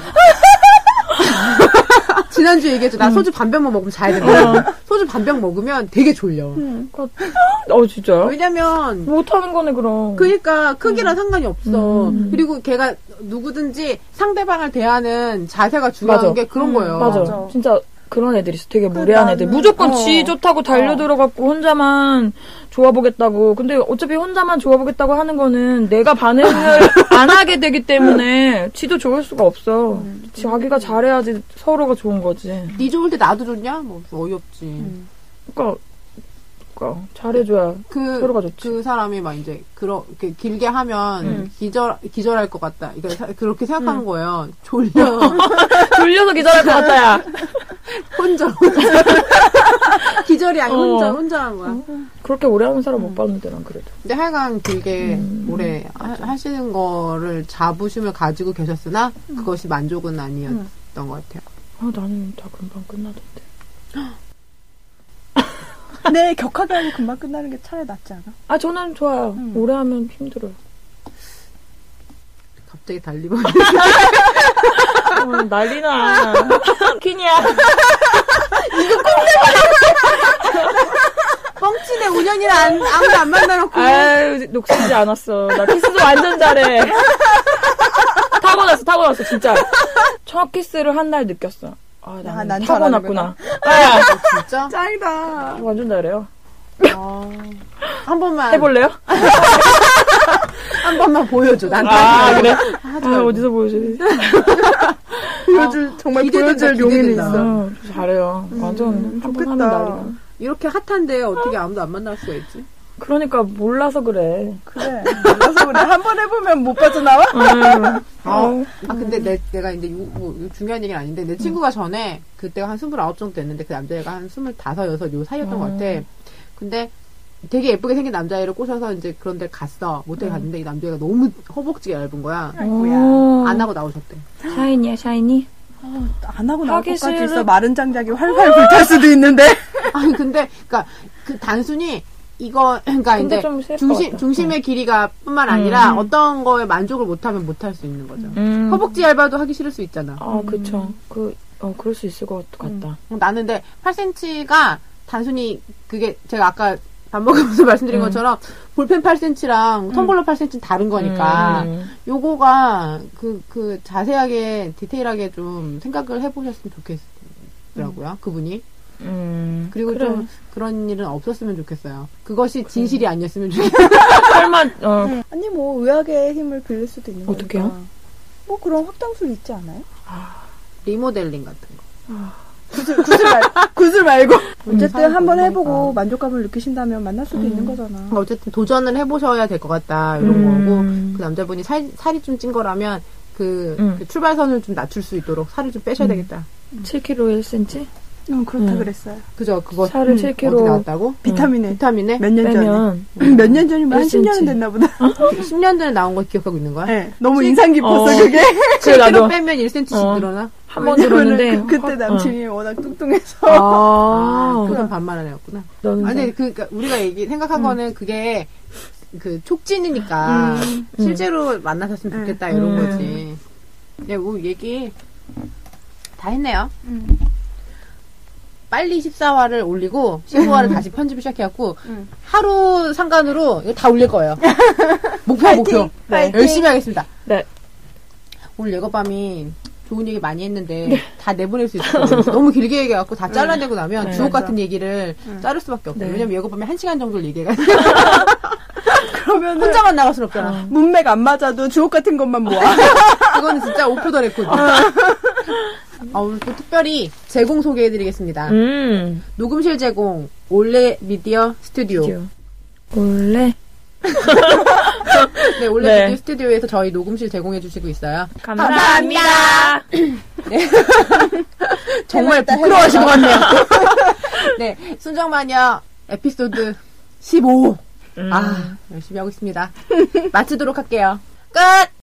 C: 지난주에 얘기했죠
A: 음.
C: 나 소주 반병만 먹으면 자야 된다 소주 반병 먹으면 되게 졸려
D: 음.
A: 어 진짜요?
C: 왜냐면
A: 못하는 거네 그럼.
C: 그니까 크기랑 상관이 없어
A: 음.
C: 그리고 걔가 누구든지 상대방을 대하는 자세가 중요한
A: 맞아. 음.
C: 게 그런 거예요
A: 어. 맞아.
D: 맞아.
A: 진짜 그런 애들이 있어. 되게 무례한
D: 나는-
A: 애들. 무조건
D: 어.
A: 지 좋다고 달려들어갖고 혼자만 좋아보겠다고. 근데 어차피 혼자만 좋아보겠다고 하는 거는 내가 반응을 안 하게 되기 때문에 지도 좋을 수가 없어.
D: 음.
A: 자기가 잘해야지 서로가 좋은 거지.
C: 니 좋을 때 나도 좋냐? 뭐 어이없지
A: 그러니까, 그러니까 잘해줘야
C: 그,
A: 서로가 좋지. 음.
C: 그 사람이 막 이제 그렇게 길게 하면 기절 기절할 것 같다. 그러니까 사- 그렇게 생각하는 거예요. 졸려
A: 졸려서 기절할 것 같다, 야.
C: 혼자 혼자 기절이 아니고 혼자
A: 어.
C: 혼자 한 거야. 그렇게
A: 그렇게 오래 하는 사람 못 봤는데, 난 그래도.
C: 근데 하여간 길게
A: 음.
C: 오래 하, 시는 거를 자부심을 가지고 계셨으나
A: 음.
C: 그것이 만족은 아니었던 것 같아요.
A: 아, 나는 다 금방 끝나던데.
D: 네 격하게 하고 금방 끝나는 게 차라리 낫지 않아?
A: 아, 저는 좋아요. 오래 하면 힘들어요.
C: 갑자기 달리버
A: 어, 난리나. 퀸이야.
C: 뻥치네 5년이나 안, 아무도 안 만나놓고
A: 아유, 녹슬지 않았어. 나 키스도 완전 잘해. 타고났어, 타고났어, 진짜. 첫 키스를 한 날 느꼈어. 아,
D: 아,
A: 나는
D: 난
A: 타고났구나.
C: 진짜 어.
A: 아, 완전 잘해요.
C: 한 번만
A: 해볼래요?
C: 한 번만 보여줘. 난
A: 아,
C: 아,
A: 그래? 아, 어디서 보여줘야 되
D: 보여줄 정말
C: 기대된다,
D: 보여줄 용의는
C: 기대된다.
D: 있어.
A: 음, 잘해요. 아, 완전 한 번 하면
D: 좋겠다.
A: 난리나.
C: 이렇게 핫한데 어떻게 아무도 안 만날 수가 있지?
A: 그러니까 몰라서 그래.
E: 그래. 몰라서 그래. 한 번 해보면 못 빠져나와?
A: 음.
C: 아, 근데 내, 내가 이제 요, 뭐, 요 중요한 얘기는 아닌데 내 친구가 전에 그때가 한 29 정도 됐는데 그 남자애가 한 25, 6요 사이였던 것
A: 음.
C: 같아. 근데 되게 예쁘게 생긴 남자애를 꼬셔서 이제 그런 데 갔어.
A: 음.
C: 모텔 갔는데 이 남자애가 너무 허벅지가 얇은 거야.
A: 오.
C: 안 하고 나오셨대.
A: 아. 샤이니야 샤이니.
D: 안 하고 나올 것까지
A: 하기
D: 있어
A: 싫은-
D: 마른 장작이 활활 불탈 수도 있는데
C: 아니 근데 그니까 그 단순히 이거 그러니까
A: 근데
C: 이제
A: 좀 셀
C: 중심
A: 것 같아. 네.
C: 중심의 길이가뿐만 아니라 어떤 거에 만족을 못하면 못할 수 있는 거죠.
A: 음.
C: 허벅지 얇아도 하기 싫을 수 있잖아.
A: 아 그쵸. 그 어, 그럴 수 있을 것 같다.
C: 어, 나는 근데 8cm가 단순히 그게 제가 아까 밥 먹으면서 말씀드린
A: 음.
C: 것처럼 볼펜 8cm랑 텀블러 8cm는 다른 거니까
A: 음.
C: 요거가 그, 그 자세하게 디테일하게 좀 생각을 해보셨으면 좋겠더라고요. 그분이.
A: 음.
C: 그리고
A: 그래.
C: 좀 그런 일은 없었으면 좋겠어요. 그것이 진실이 아니었으면 좋겠어요.
A: 설마 어
C: 음.
E: 아니, 뭐, 의학의 힘을 빌릴 수도 있는 거.
A: 어떡해요?
E: 뭐 그런 확장술 있지 않아요?
C: 리모델링 같은 거.
E: 구슬 말, 구슬 말고.
A: 음.
E: 어쨌든
C: 음, 사람
E: 한 번
C: 보는
E: 해보고
C: 거니까.
E: 만족감을 느끼신다면 만날 수도 있는 거잖아.
C: 어쨌든 도전을 해보셔야 될 것 같다. 이런
A: 음.
C: 거고. 그 남자분이 살, 살이 좀 찐 거라면 그,
A: 음.
C: 그 출발선을 좀 낮출 수 있도록 살을 좀 빼셔야 되겠다.
A: 7kg 1cm?
C: 네,
D: 음, 그렇다
A: 음.
D: 그랬어요
C: 그죠? 그거 음,
A: 살을
C: 어디
A: 7kg
C: 나왔다고?
D: 비타민에
C: 비타민에
D: 몇 년 전에
A: 음. 빼면 음.
D: 몇 년 전이면 뭐 한 10년은
A: 1cm.
D: 됐나 보다
C: 10년 전에 나온 거 기억하고 있는 거야?
D: 네, 너무 인상 깊었어
A: 어.
D: 그게
A: 그래
C: 키로
A: 나도
C: 빼면 1cm씩
A: 어.
C: 늘어나?
A: 한 번 들었는데
D: 왜냐면은 그, 그때
A: 확-
D: 남친이 워낙 뚱뚱해서
A: 어.
C: 아,
A: 아,
C: 그건 반말을 해왔구나.
A: 너는
C: 아니, 그, 그니까, 우리가 얘기,
E: 음.
C: 생각한 거는 그게, 그, 촉진이니까,
E: 음.
C: 실제로 만나셨으면 좋겠다, 이런
A: 음.
C: 거지. 네, 뭐, 얘기, 다 했네요.
E: 음.
C: 빨리 14화를 올리고, 15화를
E: 음.
C: 다시 편집을 시작해갖고, 하루 상관으로 이거 다 올릴 거예요. 목표, 목표.
E: 파이팅.
C: 열심히 하겠습니다.
A: 네.
C: 오늘 예거밤이 좋은 얘기 많이 했는데 다 내보낼 수 있을 것 같아요. 너무 길게 얘기해갖고 다 잘라내고 나면
A: 네,
C: 주옥 같은 얘기를 자를 수밖에 없어요.
A: 네.
C: 왜냐면 예거밤에 한 시간 정도를 얘기해가
D: 그러면은
C: 혼자만 나갈 순 없잖아.
D: 문맥 안 맞아도 주옥 같은 것만 모아
C: 어. 그거는 진짜 오프 더 레코드. 아, 오늘 또 특별히 제공 소개해드리겠습니다.
A: 음.
C: 녹음실 제공 올레 미디어 스튜디오.
A: 원래
C: 네, 올레
A: 네.
C: 미디어 스튜디오에서 저희 녹음실 제공해주시고 있어요.
A: 감사합니다.
C: 정말 부끄러워하실 것 같네요. 네, 순정마녀 에피소드 15.
A: 음.
C: 아, 열심히 하고 있습니다. 마치도록 할게요. 끝!